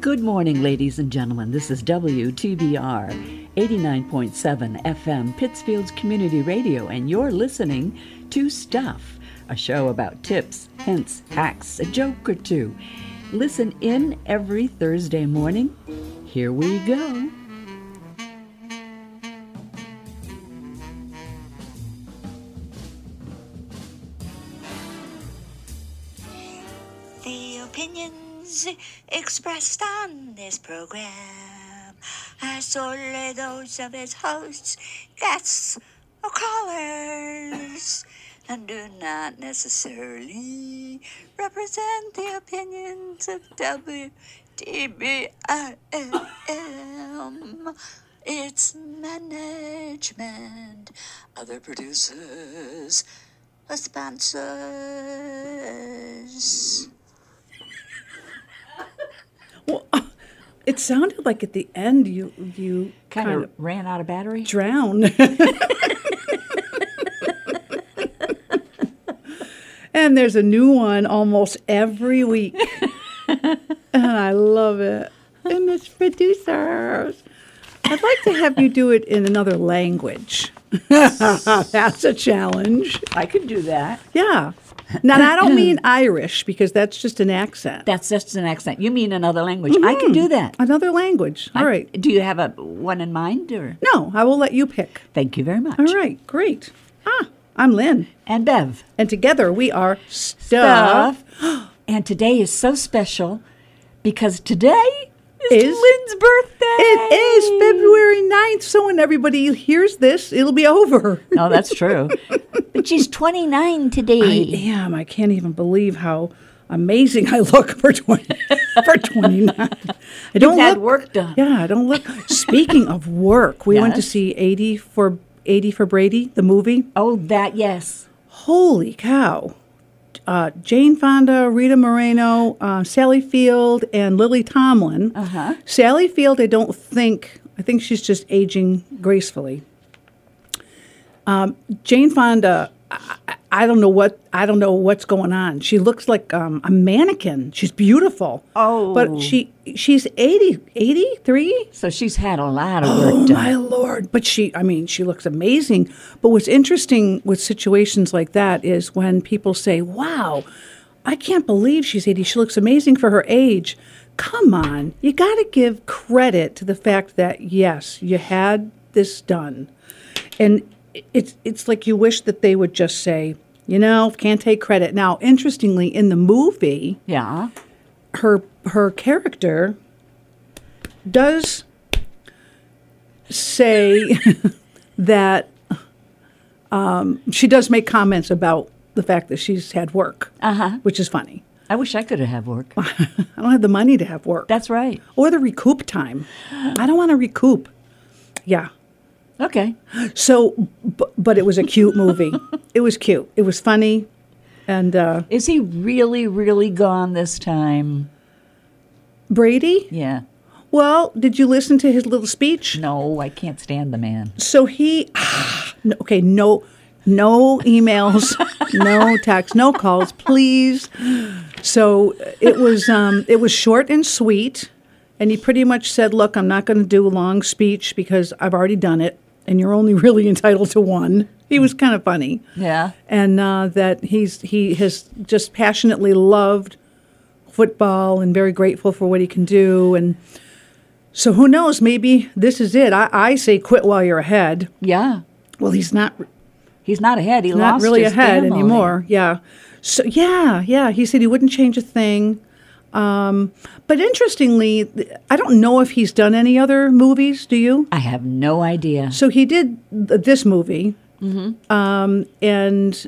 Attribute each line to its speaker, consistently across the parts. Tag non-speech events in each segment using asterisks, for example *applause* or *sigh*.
Speaker 1: Good morning, ladies and gentlemen. This is WTBR 89.7 FM, Pittsfield's Community Radio, and you're listening to Stuff, a show about tips, hints, hacks, a joke or two. Listen in every Thursday morning. Here we go.
Speaker 2: The opinions expressed on this program are solely those of its hosts, guests, or callers, and do not necessarily represent the opinions of WTBIM, its management, other producers, or sponsors.
Speaker 3: Well, it sounded like at the end you you
Speaker 4: Kind of ran out of battery.
Speaker 3: drown. *laughs* and there's a new one almost every week, and I love it. And it's producers. I'd like to have you do it in another language. *laughs* That's a challenge.
Speaker 1: I could do that.
Speaker 3: Yeah. Now, I don't mean Irish because that's just an accent.
Speaker 4: That's just an accent. You mean another language? I can do that.
Speaker 3: Another language. All
Speaker 4: I-
Speaker 3: right.
Speaker 4: Do you have a one in mind, or
Speaker 3: No, I will let you pick.
Speaker 4: thank you very much?
Speaker 3: All right, great. Ah, I'm Lynn,
Speaker 4: And Bev.
Speaker 3: and together we are Stuff,
Speaker 4: *gasps* and today is so special because today is,
Speaker 3: Is-
Speaker 4: Lynn's birthday.
Speaker 3: It is February 9th, so when everybody hears this, it'll be over.
Speaker 4: No, Oh, that's true. but she's 29 today.
Speaker 3: Damn, I can't even believe how amazing I look for 20, *laughs* for 29. I don't
Speaker 4: had
Speaker 3: look,
Speaker 4: work done.
Speaker 3: Yeah, I don't *laughs* look. Speaking of work, we went to
Speaker 4: Yes.
Speaker 3: see 80 for 80 for Brady, the movie.
Speaker 4: Oh, that yes.
Speaker 3: Holy cow. Uh, Jane Fonda, Rita Moreno, uh, Sally Field, and Lily Tomlin. Uh-huh. Sally Field, I don't think, I think she's just aging gracefully. Um, Jane Fonda, I, I- I don't know what I don't know what's going on. She looks like um, a mannequin. She's beautiful.
Speaker 4: Oh.
Speaker 3: but she she's 80, 83?
Speaker 4: So she's had a lot of work
Speaker 3: *gasps* Oh
Speaker 4: done.
Speaker 3: my lord! But she, I mean, she looks amazing. But what's interesting with situations like that is when people say, "Wow, I can't believe she's 80. She looks amazing for her age." Come on, you got to give credit to the fact that yes, you had this done, and i- it's it's like you wish that they would just say, you know, can't take credit. Now, interestingly, in the movie,
Speaker 4: Yeah.
Speaker 3: her her character does say *laughs* that um, she does make comments about the fact that she's had work, uh-huh. which is funny. *laughs*
Speaker 4: I wish I could have work.
Speaker 3: I don't have the money to have work
Speaker 4: That's right.
Speaker 3: or the recoup time. I don't want to recoup. Yeah.
Speaker 4: Okay.
Speaker 3: So, b- but it was a cute movie. it was cute. It was funny, and uh,
Speaker 4: Is he really, really gone this time?
Speaker 3: Brady.
Speaker 4: Yeah.
Speaker 3: Well, did you listen to his little speech?
Speaker 4: No, I can't stand the man.
Speaker 3: So he, *sighs* no, okay, no, no emails, no texts, no calls, please. So it was, um, it was short and sweet, and he pretty much said, "Look, I'm not going to do a long speech because I've already done it, and you're only *laughs* really entitled to one." He was kind of funny,
Speaker 4: Yeah.
Speaker 3: and uh, that he's he has just passionately loved football and very grateful for what he can do and. So who knows? Maybe this is it. I, I say quit while you're ahead.
Speaker 4: Yeah.
Speaker 3: Well, he's not
Speaker 4: He's not ahead. He
Speaker 3: not
Speaker 4: lost
Speaker 3: really
Speaker 4: his
Speaker 3: ahead
Speaker 4: family.
Speaker 3: anymore. Yeah. So yeah, yeah. He said he wouldn't change a thing. Um, but interestingly, th- I don't know if he's done any other movies. Do you?
Speaker 4: I have no idea.
Speaker 3: So he did th- this movie,
Speaker 4: Mm-hmm.
Speaker 3: um, and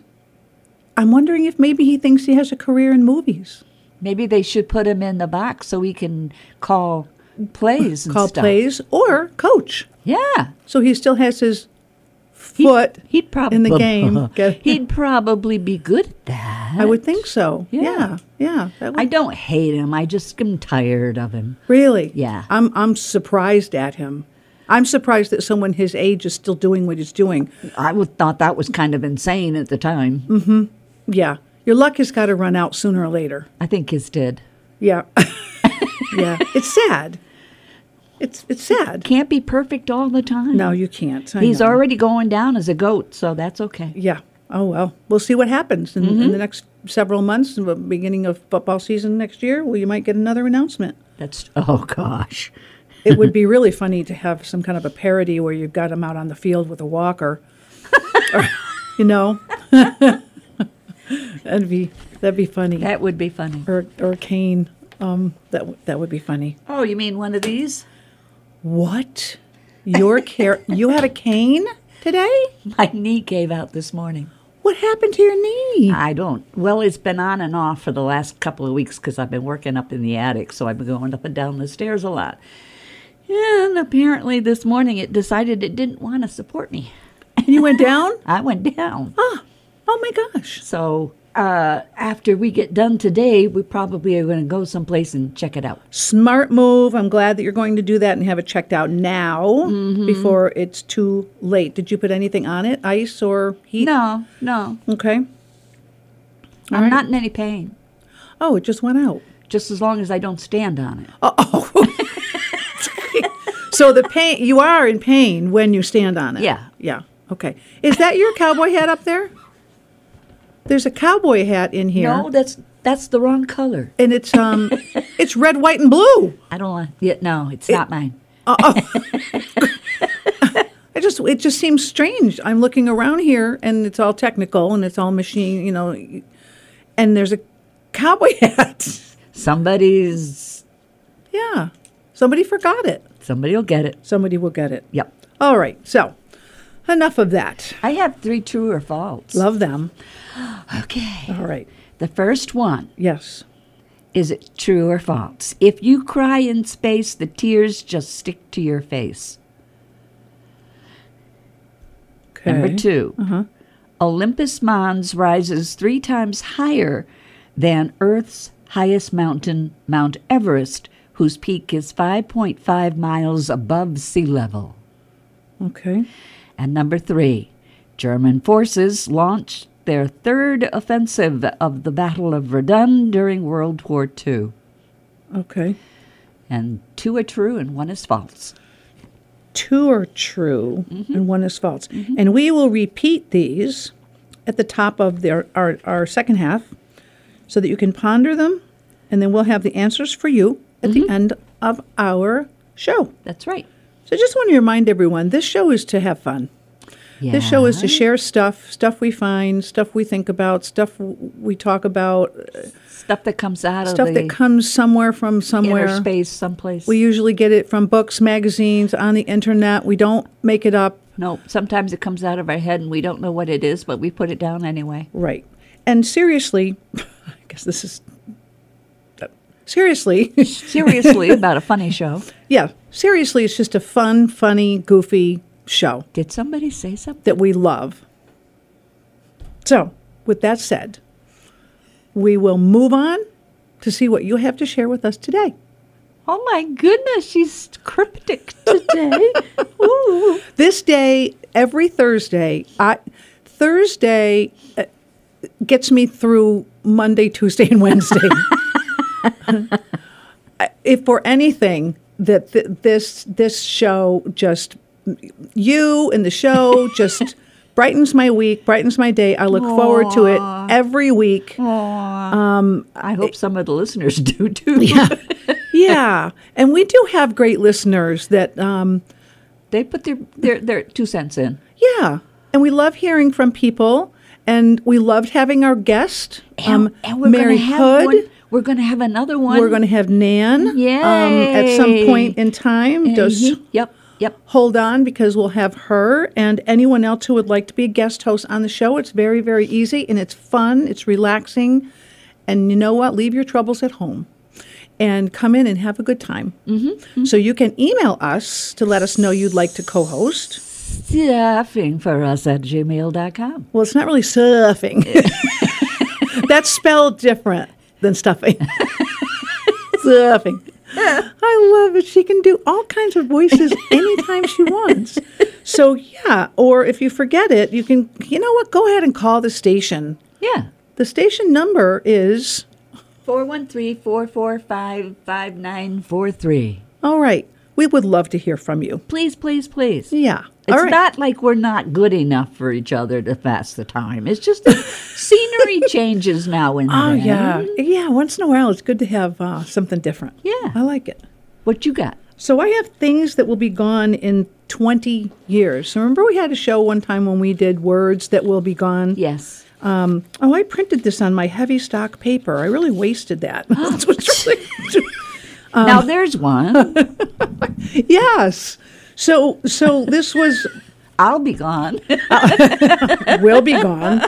Speaker 3: I'm wondering if maybe he thinks he has a career in movies.
Speaker 4: Maybe they should put him in the box so he can call plays and
Speaker 3: Call
Speaker 4: stuff.
Speaker 3: plays or coach.
Speaker 4: Yeah.
Speaker 3: So he still has his
Speaker 4: He'd-
Speaker 3: foot
Speaker 4: he'd probably *laughs*
Speaker 3: in the game. Get-
Speaker 4: he'd probably be good at that.
Speaker 3: I would think so.
Speaker 4: Yeah.
Speaker 3: Yeah, yeah. that would-
Speaker 4: I don't hate him. I just am tired of him.
Speaker 3: Really?
Speaker 4: Yeah.
Speaker 3: I'm I'm surprised at him. I'm surprised that someone his age is still doing what he's doing.
Speaker 4: I would thought that was kind of insane at the time.
Speaker 3: Mm. Yeah. *laughs* Your luck has got to run out sooner or later.
Speaker 4: I think his did.
Speaker 3: Yeah. yeah, it's sad. It's it's sad.
Speaker 4: Can't be perfect all the time.
Speaker 3: No, you can't. I
Speaker 4: He's
Speaker 3: know.
Speaker 4: already going down as a goat, so that's okay.
Speaker 3: Yeah. Oh well, we'll see what happens in,
Speaker 4: Mm-hmm.
Speaker 3: in the next several months, in the beginning of football season next year. Well, you might get another announcement.
Speaker 4: That's oh gosh.
Speaker 3: It
Speaker 4: *laughs*
Speaker 3: would be really funny to have some kind of a parody where you've got him out on the field with
Speaker 4: *laughs*
Speaker 3: a walker, Or, you know. *laughs* that'd be that'd be funny.
Speaker 4: That would be funny.
Speaker 3: or or cane. Um, that w- that would be funny.
Speaker 4: Oh, you mean one of these? *laughs*
Speaker 3: What? Your care? you had a cane today?
Speaker 4: My knee gave out this morning.
Speaker 3: What happened to your knee?
Speaker 4: I don't. Well, it's been on and off for the last couple of weeks because I've been working up in the attic, so I've been going up and down the stairs a lot. And apparently this morning it decided it didn't want to support me.
Speaker 3: And you went down?
Speaker 4: I went down.
Speaker 3: Ah, oh my gosh!
Speaker 4: So uh, after we get done today, we probably are going to go someplace and check it out.
Speaker 3: Smart move. I'm glad that you're going to do that and have it checked out now
Speaker 4: Mm-hmm.
Speaker 3: before it's too late. Did you put anything on it? Ice or heat?
Speaker 4: No, no.
Speaker 3: Okay. All
Speaker 4: I'm
Speaker 3: right.
Speaker 4: not in any pain,
Speaker 3: Oh, it just went out.
Speaker 4: just as long as I don't stand on it.
Speaker 3: Oh, So the pain you are in pain when you stand on it.
Speaker 4: Yeah.
Speaker 3: Yeah. Okay. Is that your cowboy hat up there? There's a cowboy hat in here.
Speaker 4: No, that's that's the wrong color.
Speaker 3: And it's
Speaker 4: *laughs*
Speaker 3: um it's red, white, and blue.
Speaker 4: I don't want. Yeah, no, it's not mine.
Speaker 3: I just it just seems strange. I'm looking around here and it's all technical and it's all machine, you know and there's a cowboy *laughs* hat.
Speaker 4: Somebody's
Speaker 3: yeah. Somebody forgot it.
Speaker 4: somebody'll get it.
Speaker 3: Somebody will get it.
Speaker 4: Yep.
Speaker 3: All right. So enough of that.
Speaker 4: I have three true or false.
Speaker 3: Love them.
Speaker 4: Okay.
Speaker 3: All right.
Speaker 4: The first one
Speaker 3: Yes.
Speaker 4: is it true or false? If you cry in space, the tears just stick to your face.
Speaker 3: Okay.
Speaker 4: Number 2 Olympus Mons rises three times higher than Earth's highest mountain, Mount Everest, whose peak is 5.5 miles above sea level.
Speaker 3: Okay.
Speaker 4: And number three, German forces launched their third offensive of the Battle of Verdun during World War II.
Speaker 3: Okay.
Speaker 4: And two are true and one is false.
Speaker 3: two are true and one is false. And we will repeat these at the top of the, our, our second half so that you can ponder them and then we'll have the answers for you at the end of our show.
Speaker 4: That's right.
Speaker 3: So just want to remind everyone this show is to have fun. This show is to
Speaker 4: Yeah.
Speaker 3: share stuff, stuff we find, stuff we think about, stuff w- we talk about,
Speaker 4: stuff that comes out
Speaker 3: stuff
Speaker 4: of the
Speaker 3: that comes somewhere from
Speaker 4: inner
Speaker 3: somewhere.
Speaker 4: space someplace.
Speaker 3: We usually get it from books, magazines, on the internet. We don't make it up.
Speaker 4: no, sometimes it comes out of our head and we don't know what it is, but we put it down
Speaker 3: *laughs*
Speaker 4: anyway.
Speaker 3: Right. And seriously, *laughs* I guess this is uh, seriously, *laughs*
Speaker 4: Seriously, about a funny show.
Speaker 3: yeah, seriously, it's just a fun, funny, goofy show
Speaker 4: Did somebody say something?
Speaker 3: that we love. So, with that said, we will move on to see what you have to share with us today.
Speaker 4: Oh my goodness, she's cryptic today.
Speaker 3: *laughs*
Speaker 4: Ooh.
Speaker 3: This day, every Thursday, I Thursday uh, gets me through Monday, Tuesday, and Wednesday. I- if for anything, that th- this this show just you and the show just brightens my week, brightens my day. I look forward to it every week.
Speaker 4: I hope some of the listeners do too.
Speaker 3: Yeah, and we do have great listeners that. Um,
Speaker 4: *laughs* they put their, their their two cents in.
Speaker 3: Yeah. And we love hearing from people. And we loved having our guest,
Speaker 4: And,
Speaker 3: um,
Speaker 4: and we're
Speaker 3: Mary
Speaker 4: gonna have
Speaker 3: Hood.
Speaker 4: One, we're going to have another one.
Speaker 3: We're going to have Nan um, at some
Speaker 4: Yay.
Speaker 3: point in time. Just
Speaker 4: Mhm. Yep. Yep.
Speaker 3: hold on because we'll have her and anyone else who would like to be a guest host on the show. It's very, very easy and it's fun, it's relaxing. And you know what? Leave your troubles at home and come in and have a good time. So you can email us to let us know you'd like to co host.
Speaker 4: Staffing for us at gmail.com.
Speaker 3: Well, it's not really surfing. *laughs* That's spelled different
Speaker 4: *laughs*
Speaker 3: than stuffing. surfing. I love it. She can do all kinds
Speaker 4: *laughs*
Speaker 3: of voices anytime she wants. So, yeah, or if you forget it, you can, you know what, go ahead and call the station.
Speaker 4: Yeah.
Speaker 3: The station number is
Speaker 4: 413 445 5943.
Speaker 3: All right. We would love to hear from you.
Speaker 4: Please, please, please.
Speaker 3: Yeah.
Speaker 4: It's
Speaker 3: All right.
Speaker 4: not like we're not good enough for each other to pass the time. It's just
Speaker 3: *laughs*
Speaker 4: that scenery changes now and
Speaker 3: Oh
Speaker 4: then.
Speaker 3: yeah, yeah. Once in a while, it's good to have uh, something different.
Speaker 4: Yeah.
Speaker 3: I like it.
Speaker 4: What you got?
Speaker 3: So I have things that will be gone in 20 years. So remember, we had a show one time when we did words that will be gone.
Speaker 4: Yes.
Speaker 3: Um, oh, I printed this on my heavy stock paper. I really wasted that. That's what's really- *laughs* Um,
Speaker 4: now there's one.
Speaker 3: yes. So, so this was
Speaker 4: I'll be gone.
Speaker 3: will be gone.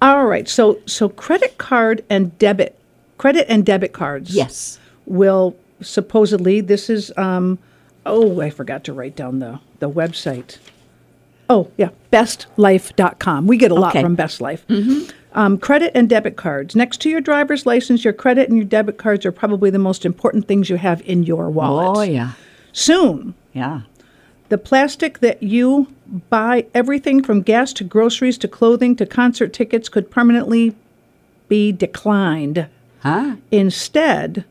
Speaker 3: All right. So, so credit card and debit, credit and debit cards.
Speaker 4: yes.
Speaker 3: will supposedly this is um oh i forgot to write down the the website oh yeah bestlife.com we get a lot
Speaker 4: Okay.
Speaker 3: from best life um, credit and debit cards next to your driver's license your credit and your debit cards are probably the most important things you have in your wallet
Speaker 4: Oh yeah.
Speaker 3: soon
Speaker 4: Yeah.
Speaker 3: the plastic that you buy everything from gas to groceries to clothing to concert tickets could permanently be declined
Speaker 4: Huh?
Speaker 3: Instead,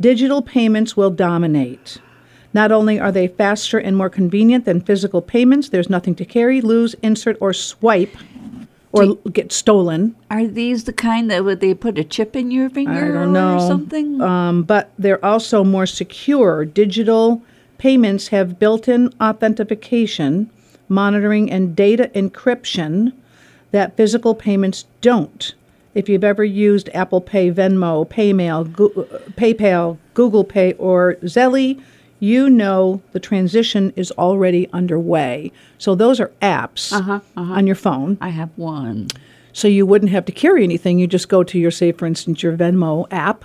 Speaker 3: digital payments will dominate. Not only are they faster and more convenient than physical payments, there's nothing to carry, lose, insert, or swipe or l- get stolen.
Speaker 4: Are these the kind that would they put a chip in your finger
Speaker 3: I don't
Speaker 4: or
Speaker 3: know.
Speaker 4: something?
Speaker 3: Um, but they're also more secure. Digital payments have built in authentication, monitoring, and data encryption that physical payments don't. If you've ever used Apple Pay, Venmo, PayMail, Goo- uh, PayPal, Google Pay, or Zelle, you know the transition is already underway. So those are apps
Speaker 4: Uh-huh,
Speaker 3: on your phone.
Speaker 4: I have one.
Speaker 3: So you wouldn't have to carry anything. You just go to your, say, for instance, your Venmo app,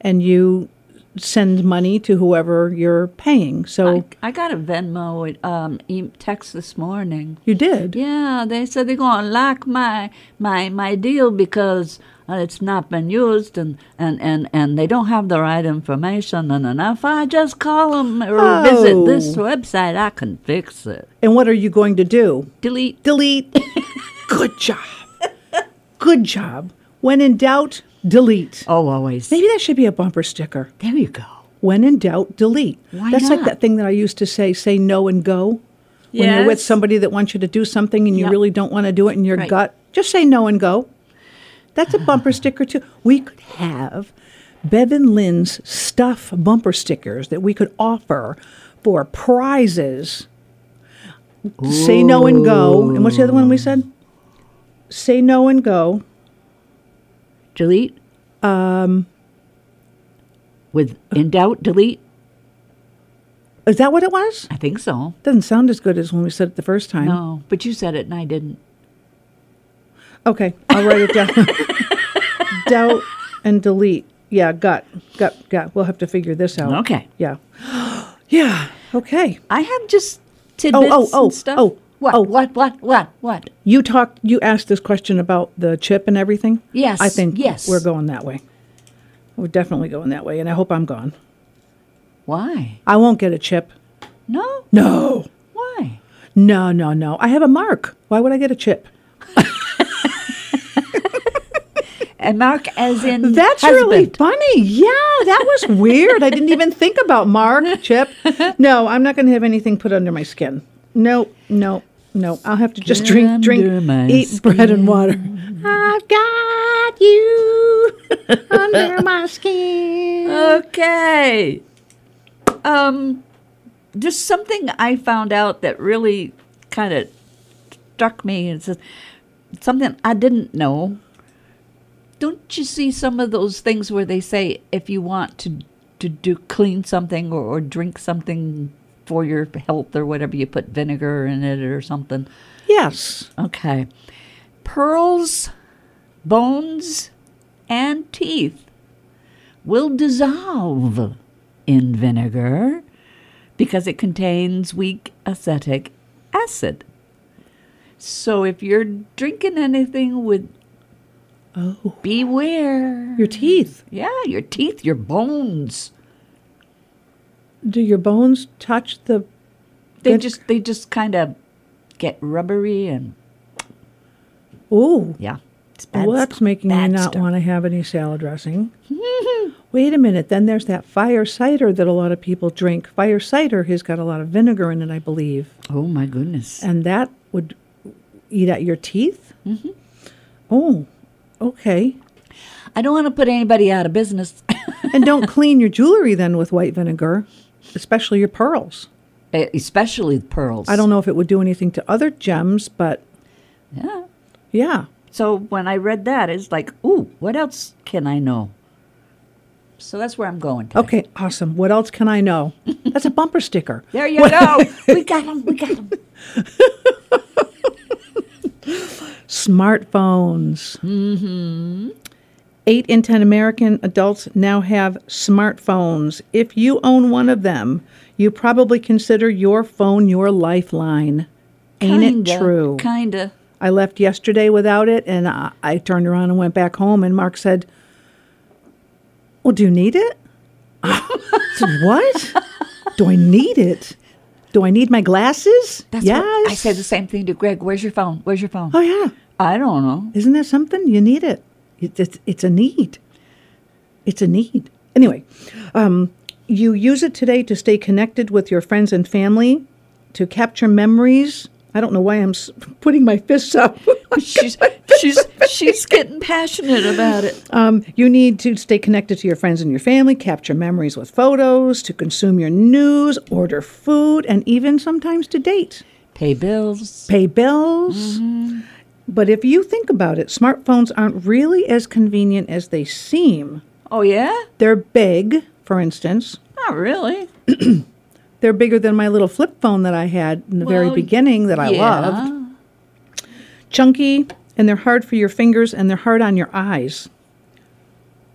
Speaker 3: and you send money to whoever you're paying. So
Speaker 4: I, I got a Venmo um, e- text this morning.
Speaker 3: you did.
Speaker 4: Yeah, they said they're gonna lock my my my deal because uh, it's not been used and, and, and, and they don't have the right information. And, and if I just call them or visit this
Speaker 3: Oh.
Speaker 4: website, I can fix it.
Speaker 3: And what are you going to do?
Speaker 4: Delete. *laughs*
Speaker 3: Delete. Good job. Good job. When in doubt, delete.
Speaker 4: Oh, always.
Speaker 3: Maybe that should be a bumper sticker.
Speaker 4: There you go.
Speaker 3: When in doubt, delete.
Speaker 4: Why
Speaker 3: That's like
Speaker 4: not?
Speaker 3: that thing that I used to say say no and go. When you're with
Speaker 4: Yes.
Speaker 3: somebody that wants you to do something and you
Speaker 4: Yep.
Speaker 3: really don't want to do it in your
Speaker 4: Right.
Speaker 3: gut, just say no and go. That's a
Speaker 4: *laughs*
Speaker 3: bumper sticker, too. We could have Bevan Lynn's stuff bumper stickers that we could offer for prizes. Say no and go. And what's the other one we said? Say no and go.
Speaker 4: Delete. Um. With in doubt, delete.
Speaker 3: Is that what it was?
Speaker 4: I think so.
Speaker 3: Doesn't sound as good as when we said it the first time.
Speaker 4: No, but you said it and I didn't.
Speaker 3: Okay, I'll write
Speaker 4: *laughs*
Speaker 3: it down. Doubt and delete. Yeah, gut, gut, gut. We'll have to figure this out.
Speaker 4: Okay.
Speaker 3: Yeah. *gasps* yeah. Okay.
Speaker 4: I have just tidbits
Speaker 3: oh,
Speaker 4: and stuff.
Speaker 3: oh,
Speaker 4: what?
Speaker 3: oh.
Speaker 4: What? What? What? What?
Speaker 3: You talked. You asked this question about the chip and everything.
Speaker 4: Yes,
Speaker 3: I think
Speaker 4: yes.
Speaker 3: we're going that way. We're definitely going that way, and I hope I'm gone.
Speaker 4: Why?
Speaker 3: I won't get a chip.
Speaker 4: No.
Speaker 3: No.
Speaker 4: Why?
Speaker 3: No. No. No. I have a mark. Why would I get a chip?
Speaker 4: And Mark, as in
Speaker 3: That's
Speaker 4: husband.
Speaker 3: really funny. Yeah, that was weird. I didn't even think about Mark, Chip. No, I'm not going to have anything put under my skin. No, no, no. I'll have to just
Speaker 4: Get
Speaker 3: drink,
Speaker 4: under
Speaker 3: drink,
Speaker 4: my
Speaker 3: eat bread and water. I've got you under my skin.
Speaker 4: Okay. Um, just something I found out that really kind of struck me. It's just something I didn't know. Don't you see some of those things where they say if you want to to do clean something or, or drink something for your health or whatever, you put vinegar in it or something.
Speaker 3: Yes.
Speaker 4: Okay. Pearls, bones, and teeth will dissolve in vinegar because it contains weak acetic acid. So if you're drinking anything with
Speaker 3: Oh,
Speaker 4: beware.
Speaker 3: your teeth.
Speaker 4: Yeah, your teeth, your bones.
Speaker 3: Do your bones touch the?
Speaker 4: They
Speaker 3: Good.
Speaker 4: just they just kind of get rubbery and
Speaker 3: Oh,
Speaker 4: yeah.
Speaker 5: That's bad.
Speaker 3: What's
Speaker 5: stuff.
Speaker 3: making me
Speaker 5: Bad
Speaker 3: not
Speaker 5: stuff.
Speaker 3: want to have any salad dressing? *laughs* Wait a minute. Then there's that fire cider that a lot of people drink. Fire cider has got a lot of vinegar in it, I believe,
Speaker 4: Oh my goodness.
Speaker 3: and that would eat at your teeth. Mm-hmm. Oh, okay.
Speaker 4: I don't want to put anybody out of business. *laughs*
Speaker 3: and don't *laughs* clean your jewelry then with white vinegar, especially your pearls. E,
Speaker 4: Especially pearls.
Speaker 3: I don't know if it would do anything to other gems, but
Speaker 4: Yeah.
Speaker 3: yeah.
Speaker 4: So when I read that, it's like, ooh, what else can I know? So that's where I'm going. Today.
Speaker 3: Okay, awesome. What else can
Speaker 5: *laughs*
Speaker 3: I know? That's a bumper sticker.
Speaker 4: There you go.
Speaker 3: *laughs*
Speaker 4: we got them. We got them.
Speaker 3: Smartphones. Mm-hmm. Eight in 10 American adults now have smartphones. If you own one of them, you probably consider your phone your lifeline. Ain't it true?
Speaker 4: Kinda.
Speaker 3: I left yesterday without it, and I, I turned around and went back home. And Mark said, "Well, do you need it?" I said, "What? do I need it? Do I need my glasses?"
Speaker 4: That's
Speaker 3: yes.
Speaker 4: what I said the same thing to Greg. Where's your phone? Where's your phone?
Speaker 3: Oh yeah.
Speaker 4: I don't know.
Speaker 3: Isn't that something? You need it. It's it's, it's a need. It's a need. Anyway, um, you use it today to stay connected with your friends and family, to capture memories. I don't know why I'm s- *laughs* putting my fists up. *laughs*
Speaker 4: She's she's she's getting passionate about it.
Speaker 3: Um, you need to stay connected to your friends and your family, capture memories with photos, to consume your news, order food, and even sometimes to date,
Speaker 4: Pay bills.
Speaker 3: pay bills. But if you think about it, smartphones aren't really as convenient as they seem.
Speaker 4: Oh yeah?
Speaker 3: They're big, for instance.
Speaker 4: Not really.
Speaker 3: They're bigger than my little flip phone that I had in the very
Speaker 4: Well,
Speaker 3: beginning that I
Speaker 4: yeah.
Speaker 3: loved. Chunky, and they're hard for your fingers and they're hard on your eyes.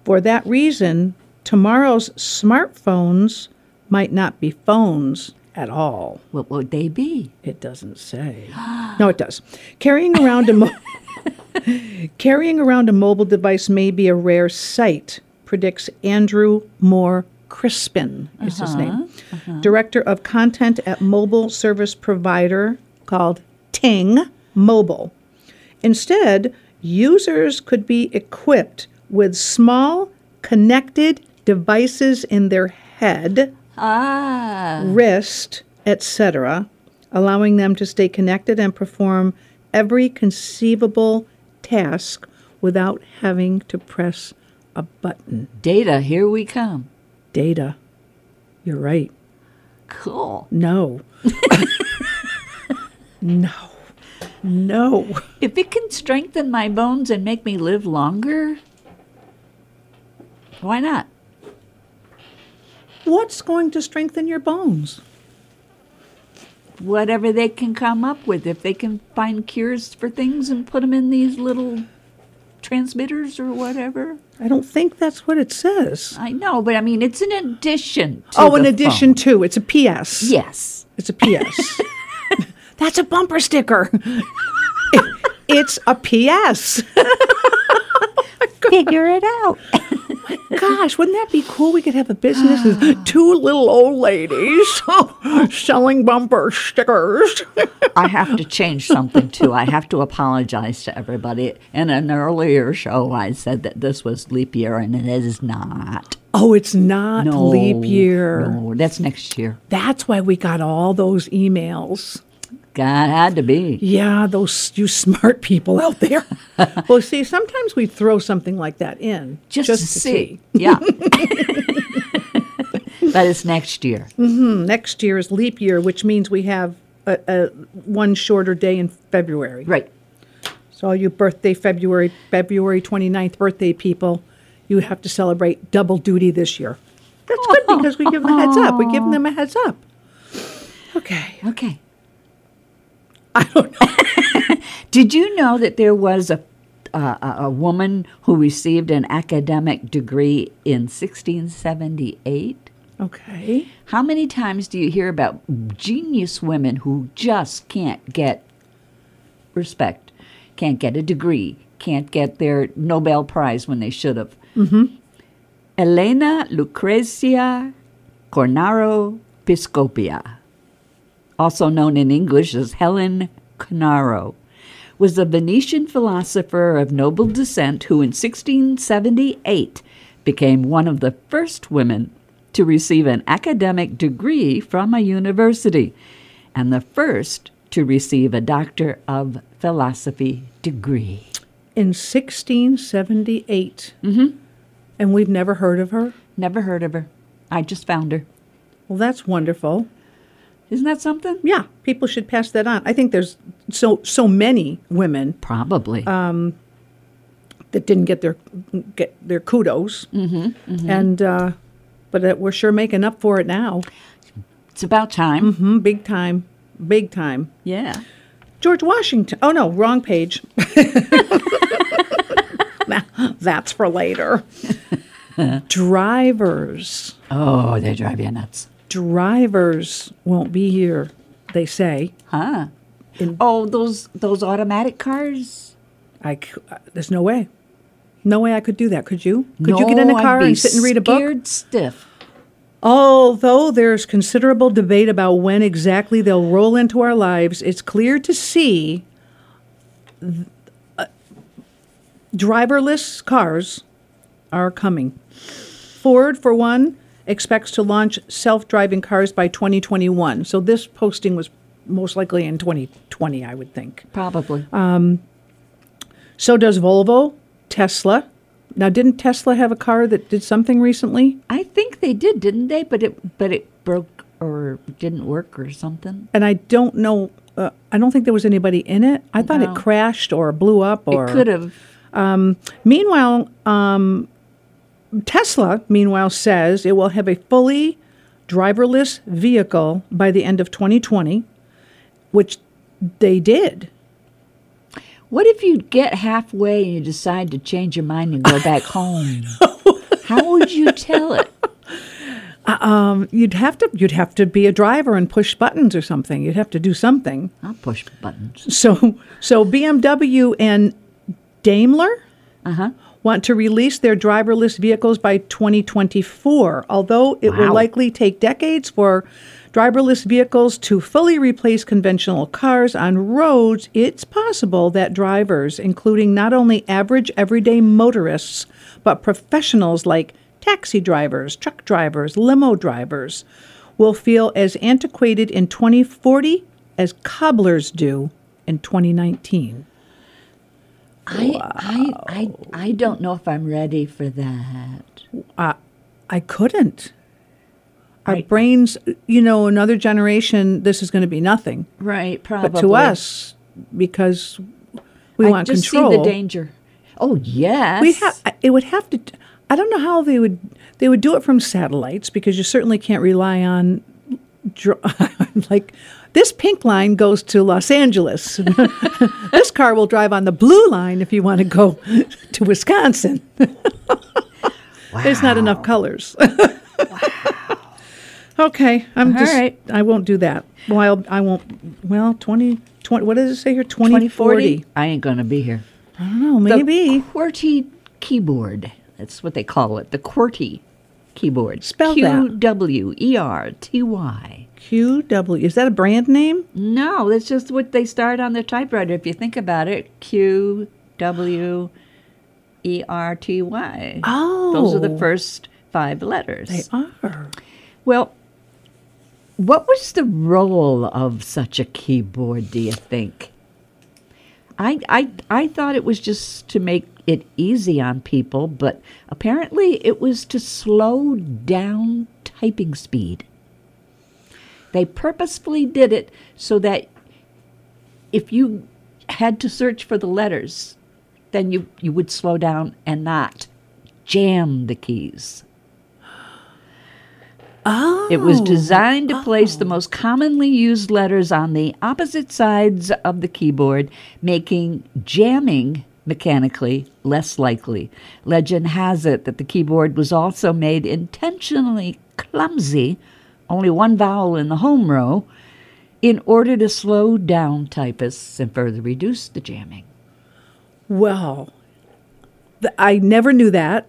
Speaker 3: For that reason, tomorrow's smartphones might not be phones at all.
Speaker 4: What would they be?
Speaker 3: It doesn't say. *gasps* no, it does. Carrying around a mo- *laughs* carrying around a mobile device may be a rare sight, predicts Andrew Moore Crispin. Is his name director of content at mobile service provider called Ting Mobile. Instead, users could be equipped with small connected devices in their head
Speaker 4: Ah.
Speaker 3: wrist, etc., allowing them to stay connected and perform every conceivable task without having to press a button.
Speaker 4: Data, here we come.
Speaker 3: Data. You're right.
Speaker 4: Cool.
Speaker 3: No. *laughs* no. No.
Speaker 4: If it can strengthen my bones and make me live longer, why not?
Speaker 3: What's going to strengthen your bones?
Speaker 4: Whatever they can come up with, if they can find cures for things and put them in these little transmitters or whatever.
Speaker 3: I don't think that's what it says.
Speaker 4: I know, but I mean, it's an addition to
Speaker 3: oh, in
Speaker 4: the
Speaker 3: addition
Speaker 4: phone.
Speaker 3: to, it's a PS.
Speaker 4: Yes.
Speaker 3: It's a PS. That's a bumper sticker. It- *laughs* it's a PS.
Speaker 5: Figure it out.
Speaker 3: *laughs* Gosh, wouldn't that be cool? We could have a business with two little old ladies *laughs* selling bumper stickers. *laughs*
Speaker 4: I have to change something too. I have to apologize to everybody. In an earlier show, I said that this was leap year, and it is not.
Speaker 3: Oh, it's not
Speaker 4: No,
Speaker 3: leap year.
Speaker 4: No, that's next year.
Speaker 3: That's why we got all those emails.
Speaker 4: God had to be.
Speaker 3: Yeah, those you smart people out there. well, see, sometimes we throw something like that in
Speaker 4: Just, to, see. *laughs* Yeah. but it's next year.
Speaker 3: Mm, Next year is leap year, which means we have a, a one shorter day in February.
Speaker 4: Right.
Speaker 3: So all you birthday February February 29th birthday people, you have to celebrate double duty this year. That's good because we give them a heads up. We give them a heads up. Okay.
Speaker 4: Okay. I don't know. *laughs* Did you know that there was a uh, a- a woman who received an academic degree in 1678?
Speaker 3: Okay.
Speaker 4: How many times do you hear about genius women who just can't get respect, can't get a degree, can't get their Nobel Prize when they should have? Mm-hmm. Elena Lucrezia Cornaro Piscopia, also known in English as Helen Canaro, was a Venetian philosopher of noble descent who in 1678 became one of the first women to receive an academic degree from a university and the first to receive a Doctor of Philosophy degree.
Speaker 3: in 1678. Mm-hmm. And we've never heard of her.
Speaker 4: Never heard of her. I just found her.
Speaker 3: Well, that's wonderful.
Speaker 4: Isn't that something?
Speaker 3: Yeah, people should pass that on. I think there's so so many women
Speaker 4: Probably.
Speaker 3: that didn't get their get their kudos, mm-hmm, and uh, but that we're sure making up for it now,
Speaker 4: it's about time.
Speaker 3: hmm big time, big time.
Speaker 4: Yeah.
Speaker 3: George Washington. Oh no, wrong page. *laughs* That- That's
Speaker 4: *laughs*
Speaker 3: for later. Drivers.
Speaker 4: Oh, they drive you nuts.
Speaker 3: Drivers won't be here, they say.
Speaker 4: Huh. oh, those those automatic cars?
Speaker 3: I c- uh, there's no way, no way I could do that. Could you? Could you get in a
Speaker 4: No, I'd
Speaker 3: car
Speaker 4: be
Speaker 3: and sit and read a book?
Speaker 4: Scared stiff.
Speaker 3: Although there's considerable debate about when exactly they'll roll into our lives, it's clear to see th- uh, driverless cars are coming. Ford, for one, expects to launch self-driving cars by 2021. So this posting was most likely in 2020, I would think.
Speaker 4: Probably.
Speaker 3: Uh, So does Volvo, Tesla. Now, didn't Tesla have a car that did something recently?
Speaker 4: I think they did, didn't they? But it but it broke or didn't work or something.
Speaker 3: And I don't know. Uh, I don't think there was anybody in it. I thought
Speaker 4: No.
Speaker 3: it crashed or blew up or.
Speaker 4: it could have.
Speaker 3: Meanwhile, um, Tesla, meanwhile, says it will have a fully driverless vehicle by the end of 2020, which they did.
Speaker 4: What if you get halfway and you decide to change your mind and go
Speaker 3: *laughs*
Speaker 4: back home? How would you tell it?
Speaker 3: You'd have to. You'd have to be a driver and push buttons or something. You'd have to do something.
Speaker 4: I'll push buttons.
Speaker 3: So, so BMW and Daimler want to release their driverless vehicles by 2024. Although it will
Speaker 4: Wow.
Speaker 3: likely take decades for driverless vehicles to fully replace conventional cars on roads, it's possible that drivers, including not only average everyday motorists, but professionals like taxi drivers, truck drivers, limo drivers, will feel as antiquated in 2040 as cobblers do in 2019.
Speaker 4: I, I I I don't know if I'm ready for that.
Speaker 3: I couldn't. Our brains, you know, another generation, this is going to be nothing.
Speaker 4: Right, probably.
Speaker 3: But to us, because we
Speaker 4: I
Speaker 3: want
Speaker 4: just
Speaker 3: control,
Speaker 4: see the danger. Oh yes.
Speaker 3: we have. It would have to. I don't know how they would. They would do it from satellites because you certainly can't rely on. dr- *laughs* like this pink line goes to Los Angeles. *laughs* this car will drive on the blue line if you want to go *laughs* to Wisconsin. *laughs* There's not enough colors. *laughs* Okay, I'm
Speaker 4: All
Speaker 3: just.
Speaker 4: right.
Speaker 3: I won't do that. Well, I won't. Well, 20, 20 What does it say here? Twenty forty.
Speaker 4: I ain't gonna be here.
Speaker 3: I don't know. Maybe.
Speaker 4: The QWERTY keyboard. That's what they call it. The QWERTY keyboard.
Speaker 3: Spell that.
Speaker 4: Q W E R T Y.
Speaker 3: QW. Is that a brand name?
Speaker 4: No, that's just what they start on their typewriter. If you think about it, Q W E R T Y. Those are the
Speaker 3: Oh.
Speaker 4: first five letters.
Speaker 3: They are.
Speaker 4: Well, what was the role of such a keyboard, do you think? I, I, I thought it was just to make it easy on people, but apparently it was to slow down typing speed. They purposefully did it so that if you had to search for the letters, then you, you would slow down and not jam the keys.
Speaker 3: Oh.
Speaker 4: It was designed to place the most commonly used letters on the opposite sides of the keyboard, making jamming mechanically less likely. Legend has it that the keyboard was also made intentionally clumsy, only one vowel in the home row, in order to slow down typists and further reduce the jamming.
Speaker 3: Well, th- I never knew that.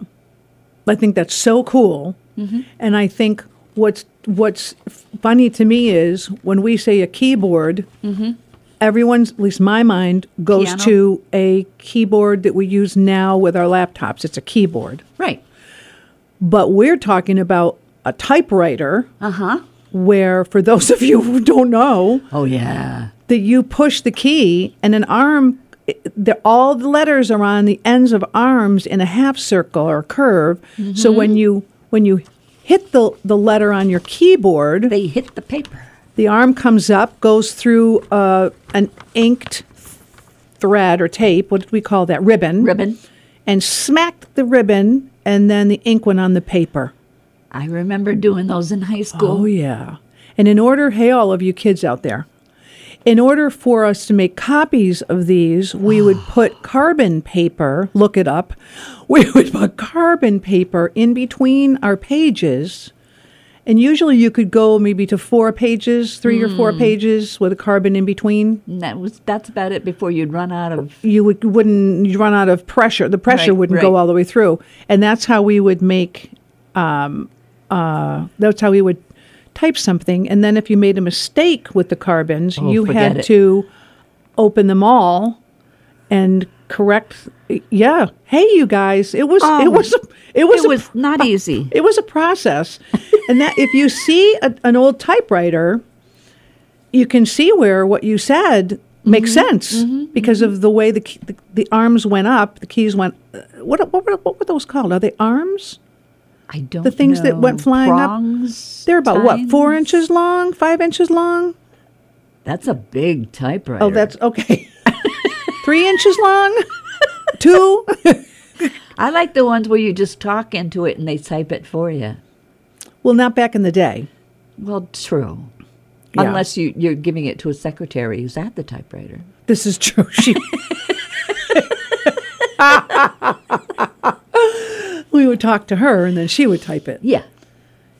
Speaker 3: I think that's so cool.
Speaker 4: Mm-hmm.
Speaker 3: And I think what's what's f- funny to me is when we say a keyboard, everyone's, at least my mind, goes
Speaker 4: Mm-hmm. Piano?
Speaker 3: to a keyboard that we use now with our laptops. It's a keyboard.
Speaker 4: Right.
Speaker 3: But we're talking about a typewriter,
Speaker 4: Uh huh.
Speaker 3: where, for those of you who don't know,
Speaker 4: Oh, yeah.
Speaker 3: that you push the key and an arm it- the, all the letters are on the ends of arms in a half circle or curve so when you when you hit the the letter on your keyboard
Speaker 4: They hit the paper.
Speaker 3: the arm comes up goes through uh, an inked thread or tape what did we call that ribbon
Speaker 4: Ribbon.
Speaker 3: and smacked the ribbon and then the ink went on the paper
Speaker 4: I remember doing those in high school.
Speaker 3: Oh, yeah. And in order, hey, all of you kids out there, in order for us to make copies of these, we would put carbon paper, look it up, *laughs* we would put carbon paper in between our pages. And usually you could go maybe to four pages, three or four pages with a carbon in between.
Speaker 4: And that was that's about it before you'd run out of
Speaker 3: You would, wouldn't you'd run out of pressure. The pressure
Speaker 4: Right,
Speaker 3: wouldn't
Speaker 4: right.
Speaker 3: go all the way through. And that's how we would make um, uh, that's how we would type something. And then if you made a mistake with the carbons,
Speaker 4: Oh,
Speaker 3: you
Speaker 4: forget
Speaker 3: had
Speaker 4: it.
Speaker 3: to open them all and correct. Yeah. Hey, you guys, it was
Speaker 4: Oh,
Speaker 3: it was a, it was
Speaker 4: it
Speaker 3: a-
Speaker 4: was not easy.
Speaker 3: it was a process. and that if you see a, an old typewriter, you can see where what you said makes sense because of the way the, key, the the arms went up, the keys went. uh, What what were, what were those called? Are they arms?
Speaker 4: I don't
Speaker 3: the things that went
Speaker 4: know.
Speaker 3: flying up?
Speaker 4: Prongs,
Speaker 3: They're about what four
Speaker 4: tines?
Speaker 3: inches long, five inches long.
Speaker 4: That's a big typewriter.
Speaker 3: Oh, that's okay. *laughs* Three inches long, *laughs* two. *laughs*
Speaker 4: I like the ones where you just talk into it and they type it for you.
Speaker 3: Well, not back in the day.
Speaker 4: Well, true.
Speaker 3: Yeah.
Speaker 4: Unless you, you're giving it to a secretary who's at the typewriter.
Speaker 3: This is true. She. we would talk to her, and then she would type it.
Speaker 4: Yeah.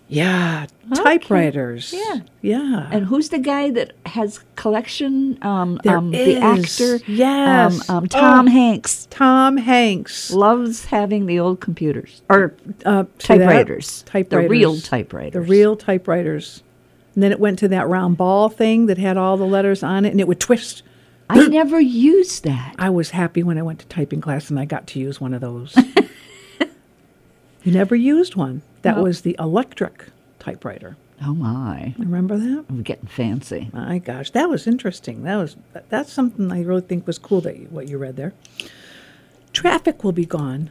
Speaker 3: Yeah, typewriters.
Speaker 4: Yeah.
Speaker 3: yeah.
Speaker 4: And who's the guy that has collection? Um,
Speaker 3: There
Speaker 4: um, the
Speaker 3: is.
Speaker 4: actor.
Speaker 3: Yes.
Speaker 4: Um, um, Tom
Speaker 3: Oh.
Speaker 4: Hanks
Speaker 3: Tom Hanks.
Speaker 4: loves having the old computers or
Speaker 3: Uh, see that?
Speaker 4: typewriters.
Speaker 3: Typewriters.
Speaker 4: The real typewriters.
Speaker 3: The real typewriters. And then it went to that round ball thing that had all the letters on it, and it would twist.
Speaker 4: I never used that.
Speaker 3: I was happy when I went to typing class and I got to use one of those. you never used one. That was the electric typewriter.
Speaker 4: Oh my.
Speaker 3: Remember that?
Speaker 4: I'm getting
Speaker 3: *laughs*
Speaker 4: fancy.
Speaker 3: My gosh, that was interesting. That was that's something I really think was cool that you, what you read there. Traffic will be gone.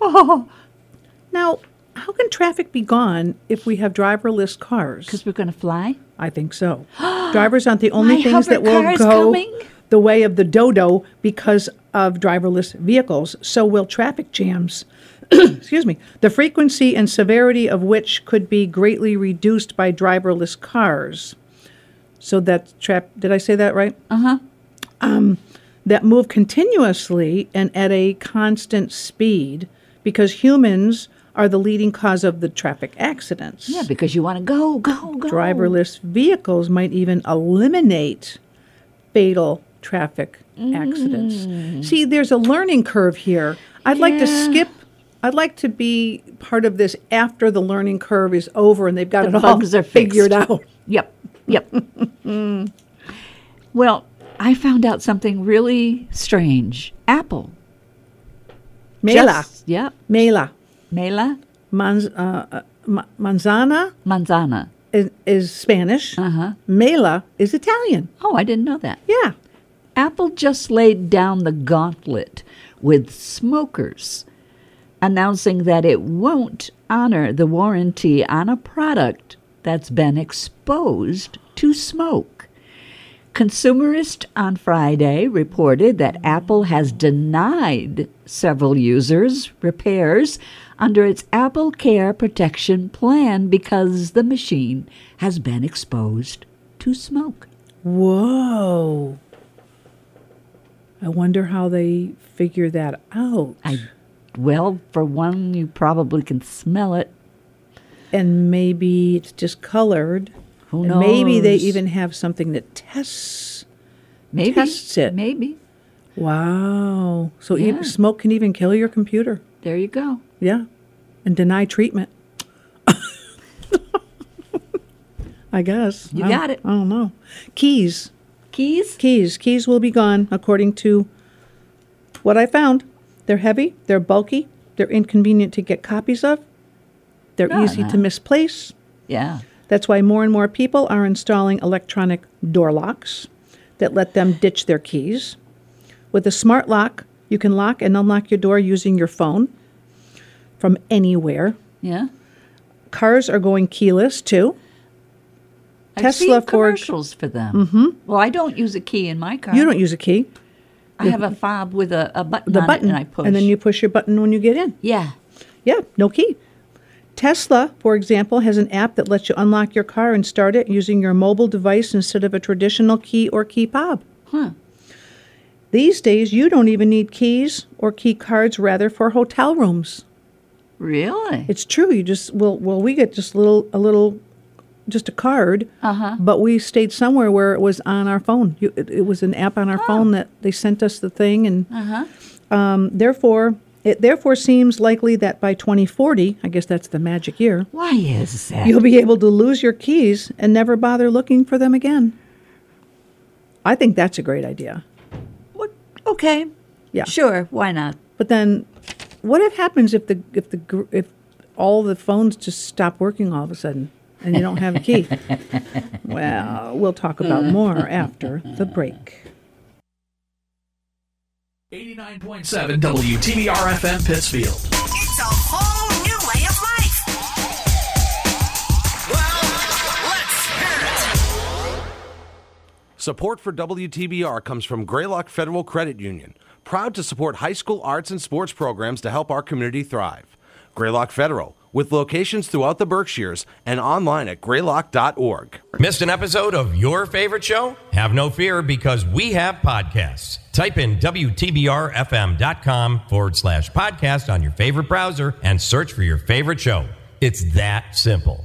Speaker 4: Oh,
Speaker 3: Now, how can traffic be gone if we have driverless cars?
Speaker 4: because we're going to fly?
Speaker 3: I
Speaker 4: *gasps*
Speaker 3: think so. Drivers aren't the only
Speaker 4: My
Speaker 3: things that
Speaker 4: hover car
Speaker 3: will
Speaker 4: is
Speaker 3: go
Speaker 4: coming.
Speaker 3: the way of the dodo because of driverless vehicles. So will traffic jams. *clears throat* Excuse me. The frequency and severity of which could be greatly reduced by driverless cars. So that trap. Did I say that right? Uh
Speaker 4: Uh-huh.
Speaker 3: huh. Um, that move continuously and at a constant speed because humans are the leading cause of the traffic accidents
Speaker 4: Yeah, because you want to go, go, go.
Speaker 3: driverless vehicles might even eliminate fatal traffic accidents. See, there's a learning curve here. I'd like to
Speaker 4: Mm. Yeah.
Speaker 3: skip. I'd like to be part of this after the learning curve is over and they've got
Speaker 4: The
Speaker 3: it all
Speaker 4: bugs are
Speaker 3: figured
Speaker 4: fixed.
Speaker 3: out.
Speaker 4: Yep, yep. *laughs* well, I found out something really strange. Apple.
Speaker 3: Mela,
Speaker 4: Just- Yep.
Speaker 3: mela,
Speaker 4: Mela
Speaker 3: Manz, uh, uh, ma- manzana
Speaker 4: manzana.
Speaker 3: is, is Spanish.
Speaker 4: Uh-huh.
Speaker 3: Mela is Italian.
Speaker 4: Oh, I didn't know that.
Speaker 3: Yeah.
Speaker 4: Apple just laid down the gauntlet with smokers, announcing that it won't honor the warranty on a product that's been exposed to smoke. Consumerist on Friday reported that Apple has denied several users repairs under its Apple Care Protection Plan because the machine has been exposed to smoke.
Speaker 3: Whoa. I wonder how they figure that out.
Speaker 4: I, well, for one, you probably can smell it.
Speaker 3: and maybe it's just colored.
Speaker 4: Who
Speaker 3: and Maybe they
Speaker 4: knows?
Speaker 3: even have something that tests.
Speaker 4: Maybe.
Speaker 3: Tests it.
Speaker 4: Maybe.
Speaker 3: Wow. So even,
Speaker 4: Yeah.
Speaker 3: smoke can even kill your computer.
Speaker 4: There you go.
Speaker 3: Yeah. And deny treatment. *laughs* I guess.
Speaker 4: You
Speaker 3: I-
Speaker 4: got it.
Speaker 3: I don't know. Keys.
Speaker 4: Keys?
Speaker 3: Keys. Keys will be gone, according to what I found. They're heavy, they're bulky, they're inconvenient to get copies of, they're
Speaker 4: Ah,
Speaker 3: easy to misplace.
Speaker 4: Yeah.
Speaker 3: That's why more and more people are installing electronic door locks that let them ditch their keys. With a smart lock, you can lock and unlock your door using your phone from anywhere.
Speaker 4: Yeah.
Speaker 3: Cars are going keyless too.
Speaker 4: I've
Speaker 3: Tesla
Speaker 4: seen
Speaker 3: forge-
Speaker 4: commercials for them. Mm-hmm. Well, I don't use a key in my car.
Speaker 3: You don't use a key,
Speaker 4: I have a fob with a, a button
Speaker 3: the
Speaker 4: on
Speaker 3: button,
Speaker 4: it, and I push.
Speaker 3: then you push your button when you get in.
Speaker 4: Yeah.
Speaker 3: Yeah, no key. Tesla, for example, has an app that lets you unlock your car and start it using your mobile device instead of a traditional key or key fob.
Speaker 4: Huh.
Speaker 3: These days, you don't even need keys or key cards, rather, for hotel rooms.
Speaker 4: Really?
Speaker 3: It's true. You just well, well, we get just little a little, just a card. Uh-huh. But we stayed somewhere where it was on our phone. You, it, it was an app on our phone that they sent us the thing, and um, therefore, it therefore seems likely that by 2040, I guess that's the magic year,
Speaker 4: Why is that?
Speaker 3: you'll be able to lose your keys and never bother looking for them again. I think that's a great idea.
Speaker 4: What? Okay.
Speaker 3: Yeah.
Speaker 4: Sure. Why not?
Speaker 3: But then, what if happens if the if the gr- if all the phones just stop working all of a sudden and you don't have a key? well, we'll talk about more after the break.
Speaker 5: 89.7 WTBR FM Pittsfield.
Speaker 6: It's a whole new way of life. Well, let's hear it.
Speaker 7: Support for WTBR comes from Greylock Federal Credit Union, proud to support high school arts and sports programs to help our community thrive. Greylock Federal, with locations throughout the Berkshires and online at greylock.org.
Speaker 8: Missed an episode of your favorite show? Have no fear because we have podcasts. Type in WTBRFM.com forward slash podcast on your favorite browser and search for your favorite show. It's that simple.